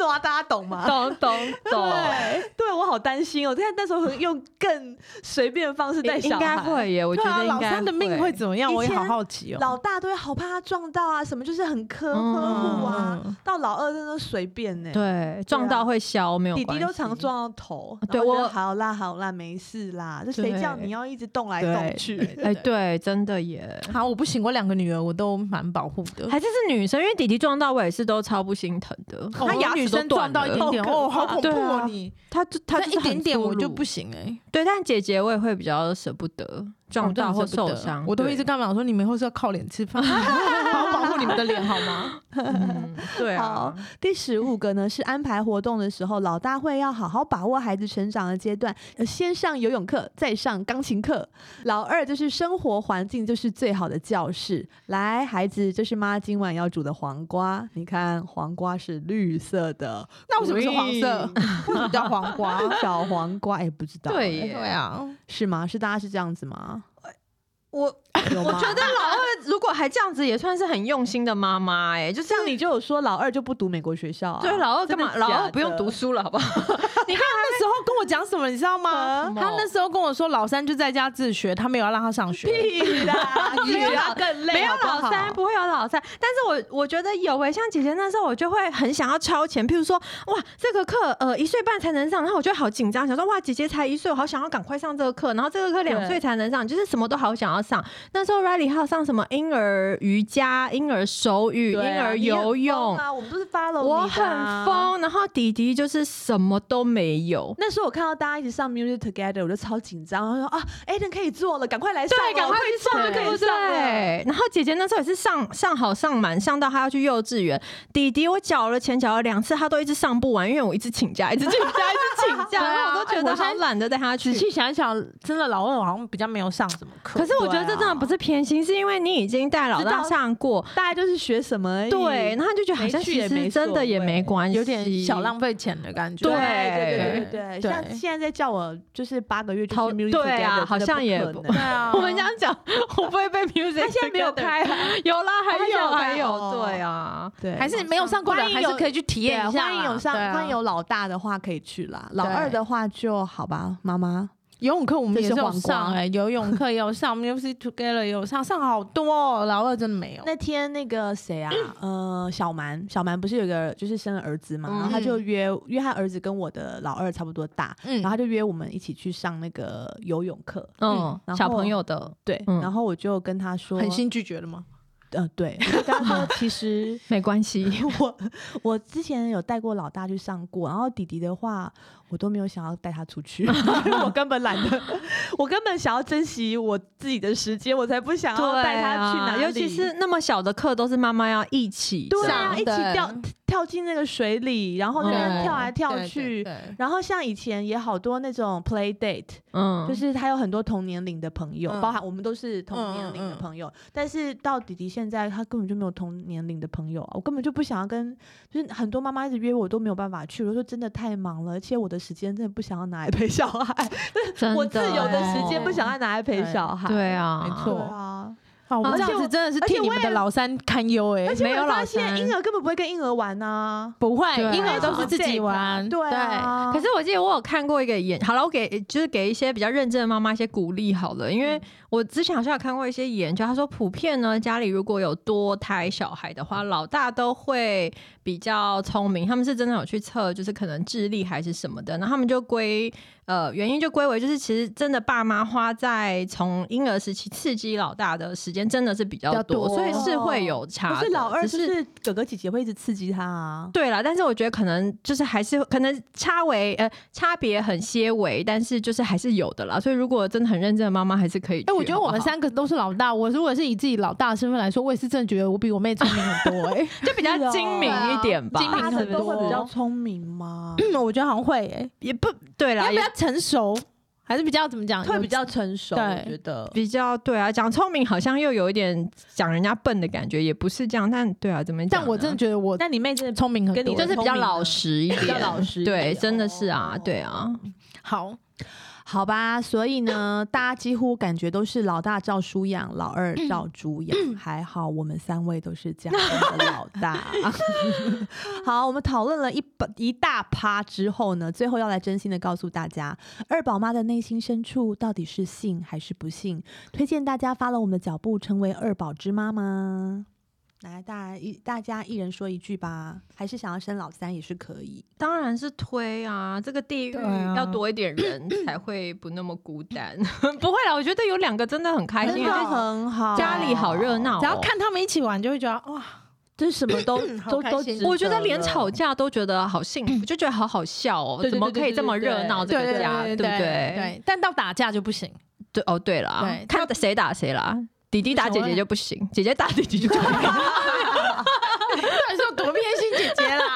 [SPEAKER 1] 惰啊大家懂吗？
[SPEAKER 3] 懂懂懂，
[SPEAKER 1] 对，对我好担心哦！看那时候用更随便的方式带
[SPEAKER 3] 应
[SPEAKER 1] 小
[SPEAKER 3] 应
[SPEAKER 1] 孩，
[SPEAKER 3] 该会耶，我觉
[SPEAKER 2] 对啊，
[SPEAKER 3] 得应
[SPEAKER 2] 老
[SPEAKER 3] 该
[SPEAKER 2] 三的命会怎么样？
[SPEAKER 1] 以
[SPEAKER 2] 我也好
[SPEAKER 1] 前
[SPEAKER 2] 好奇哦。
[SPEAKER 1] 老大都会好怕他撞到啊，什么就是很苛
[SPEAKER 3] 嗯
[SPEAKER 1] 呵护啊。
[SPEAKER 2] 嗯
[SPEAKER 1] 到老二真的随便呢、
[SPEAKER 3] 对撞到会消没有
[SPEAKER 1] 弟弟都
[SPEAKER 3] 关系
[SPEAKER 1] 常撞到头，
[SPEAKER 3] 对
[SPEAKER 1] 然后就
[SPEAKER 3] 我
[SPEAKER 1] 好啦好啦，没事啦，这谁
[SPEAKER 3] 对
[SPEAKER 1] 叫你要一直动来
[SPEAKER 2] 对
[SPEAKER 1] 动去？
[SPEAKER 3] 哎，对，真的耶。
[SPEAKER 2] 好，我不行，我两个女儿我都蛮保护的。
[SPEAKER 3] 还是是女生，因为弟弟撞到我也是都超不心疼的，
[SPEAKER 2] 哦
[SPEAKER 3] 他牙齿
[SPEAKER 2] 女
[SPEAKER 3] 都
[SPEAKER 2] 生
[SPEAKER 3] 断
[SPEAKER 2] 撞
[SPEAKER 3] 了
[SPEAKER 2] 到一点点，
[SPEAKER 1] 好可
[SPEAKER 2] 哦，
[SPEAKER 1] 怕
[SPEAKER 2] 好恐怖
[SPEAKER 3] 对
[SPEAKER 2] 哦！
[SPEAKER 3] 啊
[SPEAKER 2] 你
[SPEAKER 3] 他就他
[SPEAKER 2] 那
[SPEAKER 3] 就是
[SPEAKER 2] 一点
[SPEAKER 3] 很
[SPEAKER 2] 点
[SPEAKER 3] 粗
[SPEAKER 2] 我就
[SPEAKER 3] 鲁
[SPEAKER 2] 不行哎，
[SPEAKER 3] 对，但姐姐我也会比较舍不得撞
[SPEAKER 2] 我真的
[SPEAKER 3] 到或
[SPEAKER 2] 舍不
[SPEAKER 3] 受
[SPEAKER 2] 得
[SPEAKER 3] 伤，
[SPEAKER 2] 我都
[SPEAKER 3] 对
[SPEAKER 2] 一直干嘛？我说你们以后是要靠脸吃
[SPEAKER 3] <laughs>
[SPEAKER 2] 饭，好好保护你们的脸好吗？
[SPEAKER 3] 嗯对啊
[SPEAKER 1] 好，第十五个呢是安排活动的时候，老大会要好好把握孩子成长的阶段，呃先上游泳课，再上钢琴课。老二就是生活环境就是最好的教室。来，孩子，这是妈今晚要煮的黄瓜，你看黄瓜是绿色的，
[SPEAKER 2] 那为什么是黄色？
[SPEAKER 1] <laughs>
[SPEAKER 2] 为什么叫黄瓜？
[SPEAKER 1] 小黄瓜，哎、不知道、
[SPEAKER 3] <laughs> 对
[SPEAKER 1] 哎
[SPEAKER 3] 耶
[SPEAKER 2] 对啊，
[SPEAKER 1] 是吗？是大家是这样子
[SPEAKER 3] <laughs>
[SPEAKER 1] 吗？
[SPEAKER 3] 我
[SPEAKER 1] 有
[SPEAKER 3] 我
[SPEAKER 1] 吗
[SPEAKER 3] 觉得老 <laughs> 二如果还这样子，也算是很用心的妈妈哎，就是
[SPEAKER 1] 像你就有说老二就不读美国学校啊，
[SPEAKER 3] 对老二干嘛？
[SPEAKER 1] 真的
[SPEAKER 3] 老
[SPEAKER 1] 假
[SPEAKER 3] 二不用
[SPEAKER 1] 的
[SPEAKER 3] 读书了，好不好？
[SPEAKER 2] 那时候跟我讲什么，你知道吗？
[SPEAKER 3] 什么
[SPEAKER 2] 他那时候跟我说，老三就在家自学，他没有要让他上学。
[SPEAKER 1] 屁
[SPEAKER 3] <laughs>
[SPEAKER 1] 啦，你
[SPEAKER 3] 没有
[SPEAKER 1] 比他更累，
[SPEAKER 3] 没有
[SPEAKER 1] 好不好
[SPEAKER 3] 老三，不会有老三。但是我我觉得有诶、像姐姐那时候，我就会很想要超前，譬如说，哇，这个课呃一岁半才能上，然后我就好紧张，想说哇，姐姐才一岁，我好想要赶快上这个课，然后这个课两
[SPEAKER 1] 对
[SPEAKER 3] 岁才能上，就是什么都好想要上。那时候 Riley 还有上什么婴儿瑜伽、婴儿手语、婴
[SPEAKER 1] 对啊
[SPEAKER 3] 儿
[SPEAKER 1] 你很
[SPEAKER 3] 游
[SPEAKER 1] 疯
[SPEAKER 3] 泳，
[SPEAKER 1] 啊，我们都是 follow
[SPEAKER 3] 我
[SPEAKER 1] 你的
[SPEAKER 3] 很
[SPEAKER 1] 啊。
[SPEAKER 3] 疯。然后弟弟就是什么都没有。
[SPEAKER 1] 那时候我看到大家一起上 Music Together，我就超紧张，然后说啊，Aiden 可以做了，赶快来上了，
[SPEAKER 3] 对，赶快
[SPEAKER 1] 我会
[SPEAKER 3] 去
[SPEAKER 1] 就
[SPEAKER 3] 上，对
[SPEAKER 1] 可
[SPEAKER 3] 不
[SPEAKER 1] 以上了。
[SPEAKER 3] 对？然后姐姐那时候也是上上好上满，上到她要去幼稚园。弟弟我缴了钱，缴了两次，他都一直上不完，因为我一直请假，一直请假，一直请 <laughs>
[SPEAKER 2] 对
[SPEAKER 3] 假，
[SPEAKER 2] 啊
[SPEAKER 3] 然后我都觉得
[SPEAKER 2] 我现在
[SPEAKER 3] 好懒得带他去
[SPEAKER 2] 仔。细想一想，真的老二好像比较没有上什么课。
[SPEAKER 3] 可是我觉得这真的不是偏心，是因为你已经带老
[SPEAKER 1] 知
[SPEAKER 3] 大
[SPEAKER 1] 道
[SPEAKER 3] 上过，
[SPEAKER 1] 大家就是学什么而已
[SPEAKER 3] 对，然后他就觉得好像
[SPEAKER 1] 没去
[SPEAKER 3] 其
[SPEAKER 1] 也没
[SPEAKER 3] 实真的也
[SPEAKER 1] 所谓
[SPEAKER 3] 没关系，
[SPEAKER 2] 有点小浪费钱的感觉。
[SPEAKER 1] 对啊
[SPEAKER 3] 对
[SPEAKER 1] 对对对对，
[SPEAKER 2] 对
[SPEAKER 1] 像现在在叫我就是八个月就去
[SPEAKER 3] 逃
[SPEAKER 1] Music
[SPEAKER 3] 对
[SPEAKER 1] Together，
[SPEAKER 3] 啊好
[SPEAKER 1] 真的
[SPEAKER 3] 像也
[SPEAKER 1] 不可能
[SPEAKER 3] 不
[SPEAKER 2] 对啊，
[SPEAKER 3] 我们这样讲，我不会 <laughs> 被
[SPEAKER 1] <laughs>
[SPEAKER 3] music。
[SPEAKER 1] 他现在没有，开啊，
[SPEAKER 3] 有啦，还
[SPEAKER 1] 他现在有
[SPEAKER 3] 有
[SPEAKER 1] 开
[SPEAKER 3] 还有，
[SPEAKER 1] 哦
[SPEAKER 3] 对啊，
[SPEAKER 1] <laughs> 对，
[SPEAKER 2] <laughs> 还是没有上过的，
[SPEAKER 1] 欢迎
[SPEAKER 2] 还
[SPEAKER 1] 有
[SPEAKER 2] 是可以去体
[SPEAKER 1] 对
[SPEAKER 2] 验
[SPEAKER 1] 啊
[SPEAKER 2] 一下啦。
[SPEAKER 1] 欢迎有上，
[SPEAKER 2] 对啊
[SPEAKER 1] 欢迎有老大的话可以去啦，老
[SPEAKER 2] 对
[SPEAKER 1] 二的话就好吧，妈妈。
[SPEAKER 2] 游泳课，我们也是
[SPEAKER 1] 这
[SPEAKER 2] 有
[SPEAKER 1] 是黄瓜
[SPEAKER 2] 上哎，游泳课也有上，Music Together 也有上，上好多哦。老二真的没有。
[SPEAKER 1] 那天那个谁
[SPEAKER 3] <clears throat>
[SPEAKER 1] 啊，呃，小蛮，小蛮不是有个就是生了儿子嘛，
[SPEAKER 3] 嗯
[SPEAKER 1] 然后他就约约他儿子跟我的老二差不多大，
[SPEAKER 2] 嗯
[SPEAKER 1] 然后他就约我们一起去上那个游泳课，
[SPEAKER 3] 嗯
[SPEAKER 1] 然，
[SPEAKER 3] 小
[SPEAKER 1] 后
[SPEAKER 3] 朋友的
[SPEAKER 1] 对，
[SPEAKER 3] 嗯
[SPEAKER 1] 然后我就跟他说，
[SPEAKER 2] 狠心拒绝了吗？
[SPEAKER 1] 呃，
[SPEAKER 3] <laughs>
[SPEAKER 1] 对，我就跟他说，其实
[SPEAKER 3] 没关系，
[SPEAKER 1] 我 <laughs> 我之前有带过老大去上过，然后弟弟的话，我都没有想要带他出去， <laughs> 因为我根本懒得，我根本想要珍惜我自己的时间，我才不想要
[SPEAKER 3] 对
[SPEAKER 1] 带他去哪
[SPEAKER 3] 啊
[SPEAKER 1] 里，
[SPEAKER 3] 尤其是那么小的课都是妈妈要一起
[SPEAKER 1] 对啊，
[SPEAKER 3] 上
[SPEAKER 1] 一起
[SPEAKER 2] 对
[SPEAKER 1] 掉跳进那个水里，然后那边
[SPEAKER 3] 对
[SPEAKER 1] 跳来跳去。
[SPEAKER 2] 对对对
[SPEAKER 1] 然后像以前也好多那种 play date，、
[SPEAKER 3] 嗯，
[SPEAKER 1] 就是他有很多同年龄的朋友，
[SPEAKER 2] 嗯
[SPEAKER 1] 包含我们都是同年龄的朋友。但是到弟弟现在，他根本就没有同年龄的朋友啊，我根本就不想要跟，就是很多妈妈一直约我，我都没有办法去。我说真的太忙了，而且我的时间真的不想要拿来陪小孩，
[SPEAKER 3] 真
[SPEAKER 1] 我自由的时间不想要拿来陪
[SPEAKER 2] 对
[SPEAKER 1] 小孩。
[SPEAKER 3] 对啊，
[SPEAKER 2] 没错
[SPEAKER 1] 对啊，
[SPEAKER 2] 啊，我
[SPEAKER 3] 而
[SPEAKER 2] 们
[SPEAKER 3] 且
[SPEAKER 2] 这样
[SPEAKER 1] 我
[SPEAKER 2] 子真的是
[SPEAKER 1] 而且
[SPEAKER 2] 替你
[SPEAKER 1] 我
[SPEAKER 2] 们
[SPEAKER 1] 也
[SPEAKER 2] 的老三堪忧哎
[SPEAKER 1] 而，且
[SPEAKER 3] 没有
[SPEAKER 1] 我发
[SPEAKER 3] 老
[SPEAKER 1] 现
[SPEAKER 3] 三
[SPEAKER 1] 婴儿根本不会跟婴儿玩啊，
[SPEAKER 2] 不会，
[SPEAKER 3] 对
[SPEAKER 2] 婴儿都是自
[SPEAKER 1] 这
[SPEAKER 2] 己
[SPEAKER 1] 个
[SPEAKER 2] 玩，
[SPEAKER 1] 对啊，
[SPEAKER 3] 可是我记得我有看过一个研，好了，我给就是给一些比较认真的妈妈一些鼓励好了，因为我之前好像有看过一些研究，他说普遍呢家里如果有多胎小孩的话，老大都会比较聪明，他们是真的有去测，就是可能智力还是什么的，然后他们就归呃原因就归为就是其实真的爸妈花在从婴儿时期刺激老大的时间真的是比较
[SPEAKER 2] 比较
[SPEAKER 3] 多，
[SPEAKER 2] 多
[SPEAKER 3] 所以是会有差
[SPEAKER 1] 可
[SPEAKER 3] 的。
[SPEAKER 1] 是老二
[SPEAKER 3] 啊只
[SPEAKER 1] 就是是哥哥姐姐会一直刺激他啊。
[SPEAKER 3] 对啦，但是我觉得可能就是还是可能差为呃差别很些微，但是就是还是有的啦。所以如果真的很认真的妈妈，还是可以去。
[SPEAKER 2] 哎、我觉得我们
[SPEAKER 3] 好不好
[SPEAKER 2] 三个都是老大。我如果是以自己老大的身份来说，我也是真的觉得我比我妹聪明很多、 <laughs> 哎，
[SPEAKER 3] 就比较精明一点吧，
[SPEAKER 2] 是哦对
[SPEAKER 1] 大
[SPEAKER 2] 啊精明
[SPEAKER 1] 人
[SPEAKER 2] 很
[SPEAKER 1] 都会比较
[SPEAKER 2] 多
[SPEAKER 1] 聪明吗？
[SPEAKER 2] 嗯，我觉得好像会、
[SPEAKER 3] 也不对
[SPEAKER 2] 哎，
[SPEAKER 3] 啦，
[SPEAKER 2] 因为
[SPEAKER 3] 也
[SPEAKER 2] 比较成熟，还是比较怎么讲，
[SPEAKER 1] <clears throat> 会
[SPEAKER 2] 有
[SPEAKER 1] 比较成熟，
[SPEAKER 2] 对
[SPEAKER 1] 我觉得。
[SPEAKER 3] 比较对啊。讲聪明好像又有一点讲人家笨的感觉，也不是这样。但对啊，怎么讲呢？
[SPEAKER 2] 但我真的觉得我
[SPEAKER 1] 但你妹真的
[SPEAKER 2] 聪明很多，
[SPEAKER 1] 跟你
[SPEAKER 3] 就是比较老实一点，
[SPEAKER 1] 比较老实一点
[SPEAKER 3] 对，真的是啊
[SPEAKER 1] 哦，
[SPEAKER 3] 对啊，
[SPEAKER 2] 好，
[SPEAKER 1] 好吧，所以呢，大家几乎感觉都是老大照书养，老二照猪养。 <clears throat> 还好我们三位都是这样的老大。 <laughs> 好，我们讨论了一把一大趴之后呢，最后要来真心的告诉大家，二宝妈的内心深处到底是信还是不信？推荐大家发了我们的脚步，成为二宝之妈吗？来，大家一大家一人说一句吧，还是想要生老三也是可以。
[SPEAKER 3] 当然是推啊，这个地域
[SPEAKER 2] 对啊
[SPEAKER 3] 要多一点人才会不那么孤单。 <laughs> 不会啦，我觉得有两个真的很开心，
[SPEAKER 1] 真的
[SPEAKER 2] 好
[SPEAKER 1] 很好，
[SPEAKER 3] 家里好热闹、
[SPEAKER 2] 哦只要。看他们一起玩，就会觉得哇，
[SPEAKER 1] 这什么都
[SPEAKER 2] 好
[SPEAKER 1] 都
[SPEAKER 2] 开
[SPEAKER 1] 都
[SPEAKER 2] 心
[SPEAKER 1] 值
[SPEAKER 3] 我觉得
[SPEAKER 1] 了
[SPEAKER 3] 连吵架都觉得好幸 <clears throat> 福，就觉得好好笑哦，
[SPEAKER 1] 对对
[SPEAKER 3] 怎么可以这么热闹这
[SPEAKER 2] 对
[SPEAKER 3] 个
[SPEAKER 2] 对
[SPEAKER 3] 家，
[SPEAKER 2] 对
[SPEAKER 3] 不
[SPEAKER 2] 对
[SPEAKER 3] 对？
[SPEAKER 2] 对，但到打架就不行，
[SPEAKER 3] 对哦，对了
[SPEAKER 2] 对，
[SPEAKER 3] 看谁打谁啦，弟弟打姐姐就不行，姐姐打弟弟就可以。
[SPEAKER 2] 到底是有多偏心姐姐 <laughs> 啦？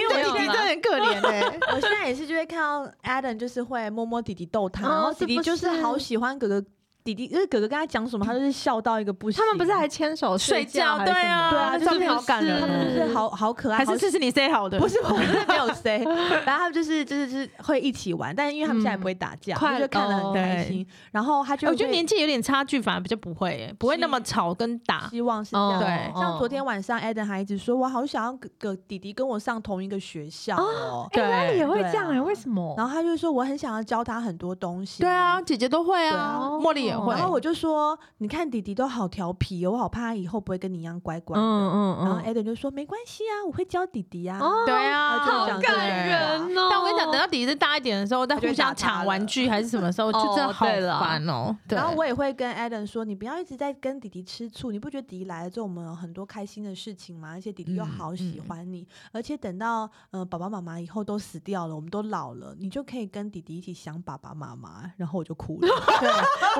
[SPEAKER 1] 因为
[SPEAKER 2] 对，
[SPEAKER 1] 我弟
[SPEAKER 2] 弟弟
[SPEAKER 1] 弟
[SPEAKER 2] 真的很可怜哎、
[SPEAKER 1] 我现在也是就会看到 Adam 就是会摸摸弟弟逗他，
[SPEAKER 3] 哦
[SPEAKER 1] 然后弟
[SPEAKER 3] 是
[SPEAKER 1] 弟
[SPEAKER 3] 不
[SPEAKER 1] 就是
[SPEAKER 3] 是
[SPEAKER 1] 好喜欢哥哥，弟弟因为哥哥跟他讲什么，他就是笑到一个不行。
[SPEAKER 3] 他们不是还牵手
[SPEAKER 2] 睡
[SPEAKER 3] 觉
[SPEAKER 2] 觉
[SPEAKER 3] 还是什么？
[SPEAKER 2] 对啊
[SPEAKER 1] 那
[SPEAKER 3] 就是
[SPEAKER 1] 照片
[SPEAKER 2] 好感人
[SPEAKER 1] 他们就是
[SPEAKER 2] 嗯
[SPEAKER 1] 好好可爱，
[SPEAKER 2] <laughs> 还
[SPEAKER 1] 好
[SPEAKER 2] 是这是你 say 好的？
[SPEAKER 1] 不是我是没有谁， <laughs> 然后他们就是就是就是会一起玩，但是因为他们现在不会打架，
[SPEAKER 3] 快
[SPEAKER 1] 我就看得很开心。然后他就
[SPEAKER 2] 嗯我觉得
[SPEAKER 1] 会
[SPEAKER 2] 年纪有点差距，反而比较不会、哎，不会那么吵跟打。
[SPEAKER 1] 希望是这样。
[SPEAKER 2] 对
[SPEAKER 1] 像昨天晚上 Adam 还一直说，我好想要哥哥弟弟跟我上同一个学校哦。
[SPEAKER 3] 哎，
[SPEAKER 2] 对
[SPEAKER 3] 那也会这样
[SPEAKER 1] 对
[SPEAKER 3] 哎，
[SPEAKER 1] 啊
[SPEAKER 3] 为什么？
[SPEAKER 1] 然后他就说，我很想要教他很多东西。
[SPEAKER 2] 对啊，姐姐都会啊，哦
[SPEAKER 3] 对
[SPEAKER 2] 茉莉也会。
[SPEAKER 1] 然后我就说，你看弟弟都好调皮哦，我好怕他以后不会跟你一样乖乖。
[SPEAKER 3] 嗯
[SPEAKER 1] 然后 Adam 就说没关系啊，我会教弟弟啊。
[SPEAKER 3] 哦
[SPEAKER 2] 对啊，
[SPEAKER 1] 然后就讲这个
[SPEAKER 3] 感人哦！
[SPEAKER 2] 但我跟你讲，等到弟弟再大一点的时候，再互相抢玩具还是什么时候，
[SPEAKER 3] 就
[SPEAKER 2] 就
[SPEAKER 3] 会打
[SPEAKER 2] 真的
[SPEAKER 3] 架了
[SPEAKER 2] 好烦哦。对
[SPEAKER 1] 然后我也会跟 Adam 说，你不要一直在跟弟弟吃醋，你不觉得弟弟来了之后，我们有很多开心的事情吗？而且弟弟又
[SPEAKER 2] 嗯
[SPEAKER 1] 好喜
[SPEAKER 2] 嗯
[SPEAKER 1] 欢你，而且等到呃爸爸妈妈以后都死掉了，我们都老了，你就可以跟弟弟一起想爸爸妈妈。然后我就哭了。
[SPEAKER 2] 对，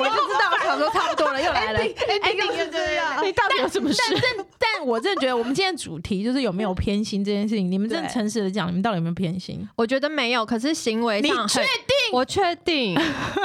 [SPEAKER 2] 我就知道，想说差不多了，又
[SPEAKER 3] <laughs>
[SPEAKER 2] 来了。哎，
[SPEAKER 1] 又是这样
[SPEAKER 2] 你到底有什么事？但但但我真的觉得，我们今天主题就是有没有偏心这件事情。你们真的
[SPEAKER 1] 对
[SPEAKER 2] 诚实的讲，你们到底有没有偏心？
[SPEAKER 3] 我觉得没有，可是行为上
[SPEAKER 2] 你确
[SPEAKER 3] 定？我确定，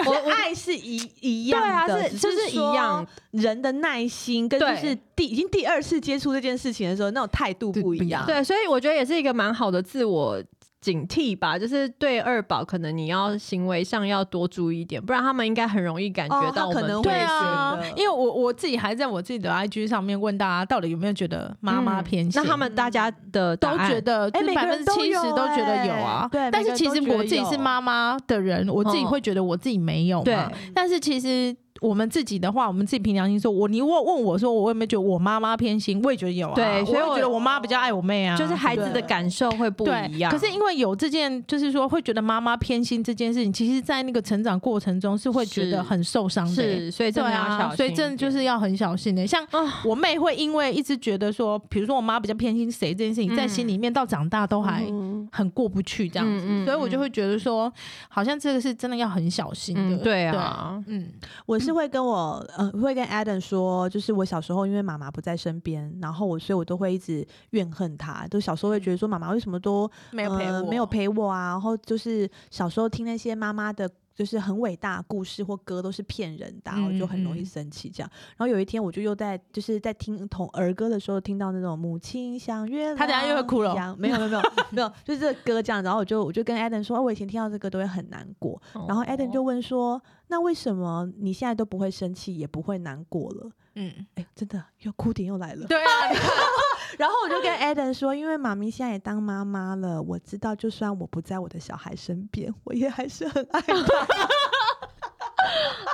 [SPEAKER 3] 我
[SPEAKER 1] 我
[SPEAKER 3] 我
[SPEAKER 1] 爱是一一
[SPEAKER 3] 对啊
[SPEAKER 1] 样的，
[SPEAKER 3] 是
[SPEAKER 1] 只
[SPEAKER 3] 就是一样
[SPEAKER 1] 说人的耐心跟就
[SPEAKER 3] 对
[SPEAKER 1] 是第已经第二次接触这件事情的时候，那种态度
[SPEAKER 2] 对
[SPEAKER 1] 不
[SPEAKER 2] 不
[SPEAKER 1] 一
[SPEAKER 2] 一
[SPEAKER 1] 样。
[SPEAKER 2] 样
[SPEAKER 3] 对，所以我觉得也是一个蛮好的自我警惕吧，就是对二宝，可能你要行为上要多注意一点，不然他们应该很容易感觉
[SPEAKER 1] 哦他
[SPEAKER 3] 到我
[SPEAKER 1] 可
[SPEAKER 3] 们嗯
[SPEAKER 1] 能
[SPEAKER 3] 会
[SPEAKER 1] 会
[SPEAKER 3] 是
[SPEAKER 1] 啊
[SPEAKER 2] 因为我我自己还在我自己的 IG 上面问大家，到底有没有觉得妈妈
[SPEAKER 3] 嗯
[SPEAKER 2] 偏心？
[SPEAKER 3] 那他们大家的
[SPEAKER 2] 都
[SPEAKER 3] 答案
[SPEAKER 2] 觉得，
[SPEAKER 1] 哎
[SPEAKER 2] 就是
[SPEAKER 1] 每
[SPEAKER 2] 百
[SPEAKER 1] 个
[SPEAKER 2] 分
[SPEAKER 1] 人
[SPEAKER 2] 之
[SPEAKER 1] 都
[SPEAKER 2] 七十
[SPEAKER 1] 有
[SPEAKER 2] 都觉得有啊
[SPEAKER 1] 哎。对
[SPEAKER 2] 但
[SPEAKER 1] 每
[SPEAKER 2] 是
[SPEAKER 1] 个
[SPEAKER 2] 其
[SPEAKER 1] 人
[SPEAKER 2] 实
[SPEAKER 1] 都觉
[SPEAKER 2] 我
[SPEAKER 1] 得
[SPEAKER 2] 自己是
[SPEAKER 1] 有
[SPEAKER 2] 妈妈的人，我自己
[SPEAKER 3] 嗯
[SPEAKER 2] 会觉得我自己没有
[SPEAKER 3] 对
[SPEAKER 2] 嘛。但是其实我们自己的话，我们自己凭良心说，我你问问我说，我有没有觉得我妈妈偏心？我也觉得有啊。
[SPEAKER 3] 对所以
[SPEAKER 2] 我
[SPEAKER 3] 我
[SPEAKER 2] 会觉得我妈比较爱我妹啊，
[SPEAKER 3] 就是孩子的
[SPEAKER 1] 对
[SPEAKER 3] 感受会不
[SPEAKER 2] 对
[SPEAKER 3] 一样。
[SPEAKER 2] 可是因为有这件，就是说会觉得妈妈偏心这件事情，其实，在那个成长过程中是会觉
[SPEAKER 3] 是
[SPEAKER 2] 得很受伤的。
[SPEAKER 3] 是，所以
[SPEAKER 2] 对
[SPEAKER 3] 真的要小心一
[SPEAKER 2] 啊，
[SPEAKER 3] 点，
[SPEAKER 2] 所以真的就是要很小心的、像
[SPEAKER 3] 啊
[SPEAKER 2] 我妹会因为一直觉得说，比如说我妈比较偏心谁这件事情，在心里面到长大都还
[SPEAKER 1] 嗯
[SPEAKER 2] 很过不去这样子，
[SPEAKER 3] 嗯嗯嗯
[SPEAKER 2] 所以我就会觉得说，好像这个是真的要很小心的。
[SPEAKER 3] 嗯，对，啊，
[SPEAKER 2] 嗯，
[SPEAKER 1] 我是会跟我呃会跟 Adam 说，就是我小时候因为妈妈不在身边，然后我所以我都会一直怨恨她，就小时候会觉得说妈妈为什么都
[SPEAKER 2] 没
[SPEAKER 1] 呃没有陪我啊，然后就是小时候听那些妈妈的就是很伟大的故事或歌都是骗人的啊，
[SPEAKER 3] 嗯
[SPEAKER 1] 我就很容易
[SPEAKER 3] 嗯
[SPEAKER 1] 生气这样。然后有一天我就又在就是在听同儿歌的时候，听到那种母亲像月亮，
[SPEAKER 2] 他等下又会哭了哦。 <laughs>
[SPEAKER 1] 没有没有没有没有，就是这个歌这样。然后我就我就跟 Adam 说，哦我以前听到这个都会很难过。
[SPEAKER 3] 哦
[SPEAKER 1] 然后 Adam
[SPEAKER 2] 哦
[SPEAKER 1] 就问说，那为什么你现在都不会生气，也不会难过了？
[SPEAKER 2] 嗯，
[SPEAKER 1] 哎，真的又哭点又来了。
[SPEAKER 2] 对啊，你看
[SPEAKER 1] 然后我就跟
[SPEAKER 2] 嗯
[SPEAKER 1] Adam 说，因为妈咪现在也当妈妈了，我知道，就算我不在我的小孩身边，我也还是很爱他。
[SPEAKER 3] <laughs>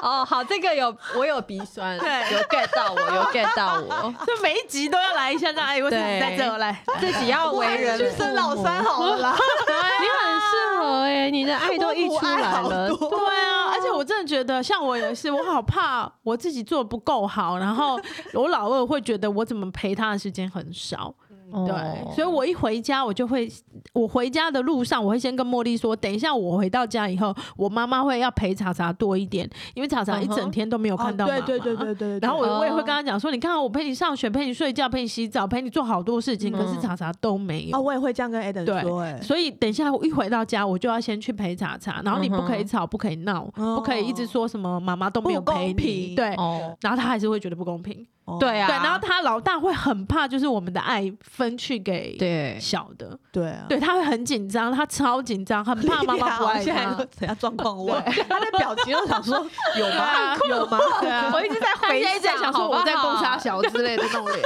[SPEAKER 3] 哦，好，这个有我有鼻酸，有 get 到我，有 get 到我，
[SPEAKER 1] 啊
[SPEAKER 2] <laughs> 就每一集都要来一下，那哎，我只
[SPEAKER 3] 对啊
[SPEAKER 2] 在这儿来，
[SPEAKER 3] 自己要为人
[SPEAKER 1] 我还是去生老三好了
[SPEAKER 2] <laughs>
[SPEAKER 1] 啦，
[SPEAKER 3] 你很适合哎、你的爱都溢出来了
[SPEAKER 1] 我母爱好，多
[SPEAKER 2] 对啊，而且我真的觉得，像我也是，我好怕我自己做的不够好，然后我老二会觉得我怎么陪他的时间很少，嗯对，
[SPEAKER 3] 哦
[SPEAKER 2] 所以我一回家，我就会，我回家的路上，我会先跟茉莉说，等一下我回到家以后，我妈妈会要陪查查多一点，因为查查一
[SPEAKER 3] 嗯
[SPEAKER 2] 整
[SPEAKER 3] 哼
[SPEAKER 2] 天都没有看到
[SPEAKER 1] 哦
[SPEAKER 2] 妈妈、
[SPEAKER 1] 对对对对对。对
[SPEAKER 2] 然后
[SPEAKER 3] 哦
[SPEAKER 2] 我我也会跟他讲说，你看我陪你上学，陪你睡觉，陪你洗澡，陪你做好多事情，可是
[SPEAKER 3] 嗯
[SPEAKER 2] 查查都没有
[SPEAKER 1] 哦，。我也会这样跟 Adam
[SPEAKER 2] 对
[SPEAKER 1] 说，哎，
[SPEAKER 2] 所以等一下我一回到家，我就要先去陪查查，然后你不可以吵，不可以闹，
[SPEAKER 1] 嗯哦
[SPEAKER 2] 不可以一直说什么妈妈都没有
[SPEAKER 1] 不公
[SPEAKER 2] 陪你，
[SPEAKER 1] 平
[SPEAKER 2] 对。
[SPEAKER 3] 哦，
[SPEAKER 2] 然后他还是会觉得不公平，
[SPEAKER 1] 哦
[SPEAKER 3] 对啊，
[SPEAKER 2] 对。然后他老大会很怕，就是我们的爱分去给
[SPEAKER 3] 对
[SPEAKER 2] 小的，
[SPEAKER 1] 对啊，
[SPEAKER 2] 对，他会很紧张，他超紧张，
[SPEAKER 1] <laughs>
[SPEAKER 2] 很怕妈妈不爱
[SPEAKER 1] 现在
[SPEAKER 2] 他
[SPEAKER 1] 都。怎样状
[SPEAKER 2] <laughs>
[SPEAKER 1] 况？我 <laughs> 他的表情就想说有吗
[SPEAKER 2] 啊？
[SPEAKER 1] 有吗？
[SPEAKER 2] 对啊，
[SPEAKER 3] 我一直在
[SPEAKER 2] 他
[SPEAKER 3] 回
[SPEAKER 2] 现在在想说我在
[SPEAKER 3] 攻
[SPEAKER 2] 攻杀，小之类的那种脸，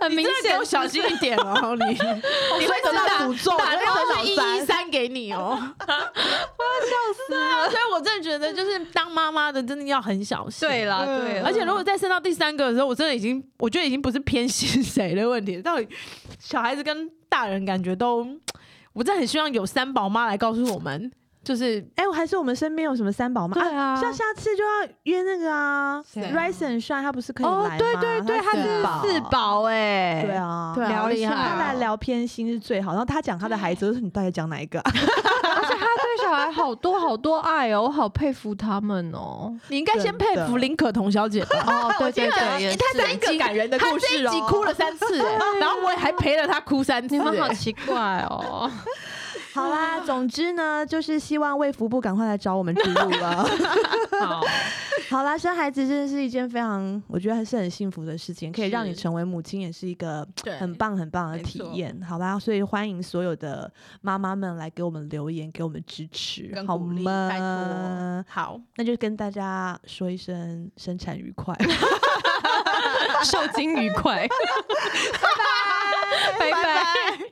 [SPEAKER 3] 很明
[SPEAKER 2] 你真的给
[SPEAKER 3] 显
[SPEAKER 2] 我小心一点哦，你你会
[SPEAKER 1] 得到
[SPEAKER 2] 打
[SPEAKER 1] 诅咒
[SPEAKER 2] 打
[SPEAKER 1] 我会
[SPEAKER 2] 电
[SPEAKER 1] 得
[SPEAKER 2] 话
[SPEAKER 1] 到
[SPEAKER 2] 去
[SPEAKER 1] 伤
[SPEAKER 2] 一一三给你哦，我要笑 <laughs> 死了。所以我真的觉得，就是当妈妈的真的要很小心。
[SPEAKER 3] <laughs> 对啦，对啦，
[SPEAKER 2] 嗯而且如果再生到第三个的时候，我真的已经，我觉得已经不是偏心谁的问题，到底小孩子跟大人感觉都，我真的很希望有三宝妈来告诉我们，就是
[SPEAKER 1] 哎，还是我们身边有什么三宝吗？
[SPEAKER 3] 对啊
[SPEAKER 1] 像下次就要约那个啊
[SPEAKER 2] 谁啊
[SPEAKER 1] ，Rise and Shine，他不是可以来
[SPEAKER 3] 哦
[SPEAKER 1] 吗？，
[SPEAKER 3] 对对对，
[SPEAKER 1] 他
[SPEAKER 3] 他是四，宝哎，
[SPEAKER 1] 对，啊，
[SPEAKER 2] 对啊
[SPEAKER 3] 聊一
[SPEAKER 2] 厉害
[SPEAKER 3] 下
[SPEAKER 1] 他来聊偏心是最好。然后他讲他的孩子，我说你到底讲哪一个啊？
[SPEAKER 3] 而且他对小孩好多好多爱哦，我好佩服他们
[SPEAKER 2] <laughs>
[SPEAKER 3] 哦。
[SPEAKER 2] 你应该先佩服林可彤小姐吧。
[SPEAKER 3] 哦，对对
[SPEAKER 2] 啊
[SPEAKER 3] 对，也
[SPEAKER 2] 她这一
[SPEAKER 3] 是。
[SPEAKER 2] 个感人的故事哦，她这一集哭了三次、 <laughs> 哎然后我也还陪了她哭三 <laughs> 次、
[SPEAKER 3] 你们好
[SPEAKER 2] 哎
[SPEAKER 3] 奇怪哦，
[SPEAKER 1] <laughs> 好啦，总之呢，就是希望卫福部赶快来找我们植入
[SPEAKER 2] <laughs>
[SPEAKER 1] 了。
[SPEAKER 3] 好，
[SPEAKER 1] 好啦，生孩子真的是一件非常，我觉得还是很幸福的事情，可以让你
[SPEAKER 3] 是
[SPEAKER 1] 成为母亲，也是一个
[SPEAKER 2] 对
[SPEAKER 1] 很棒很棒的
[SPEAKER 2] 没
[SPEAKER 1] 体
[SPEAKER 2] 错
[SPEAKER 1] 验。好啦，所以欢迎所有的妈妈们来给我们留言，给我们支持，
[SPEAKER 2] 跟
[SPEAKER 1] 好
[SPEAKER 2] 鼓励拜
[SPEAKER 1] 吗
[SPEAKER 2] 托？ <laughs> 好，
[SPEAKER 1] 那就跟大家说一声生产愉快，
[SPEAKER 3] 受惊愉快，拜拜。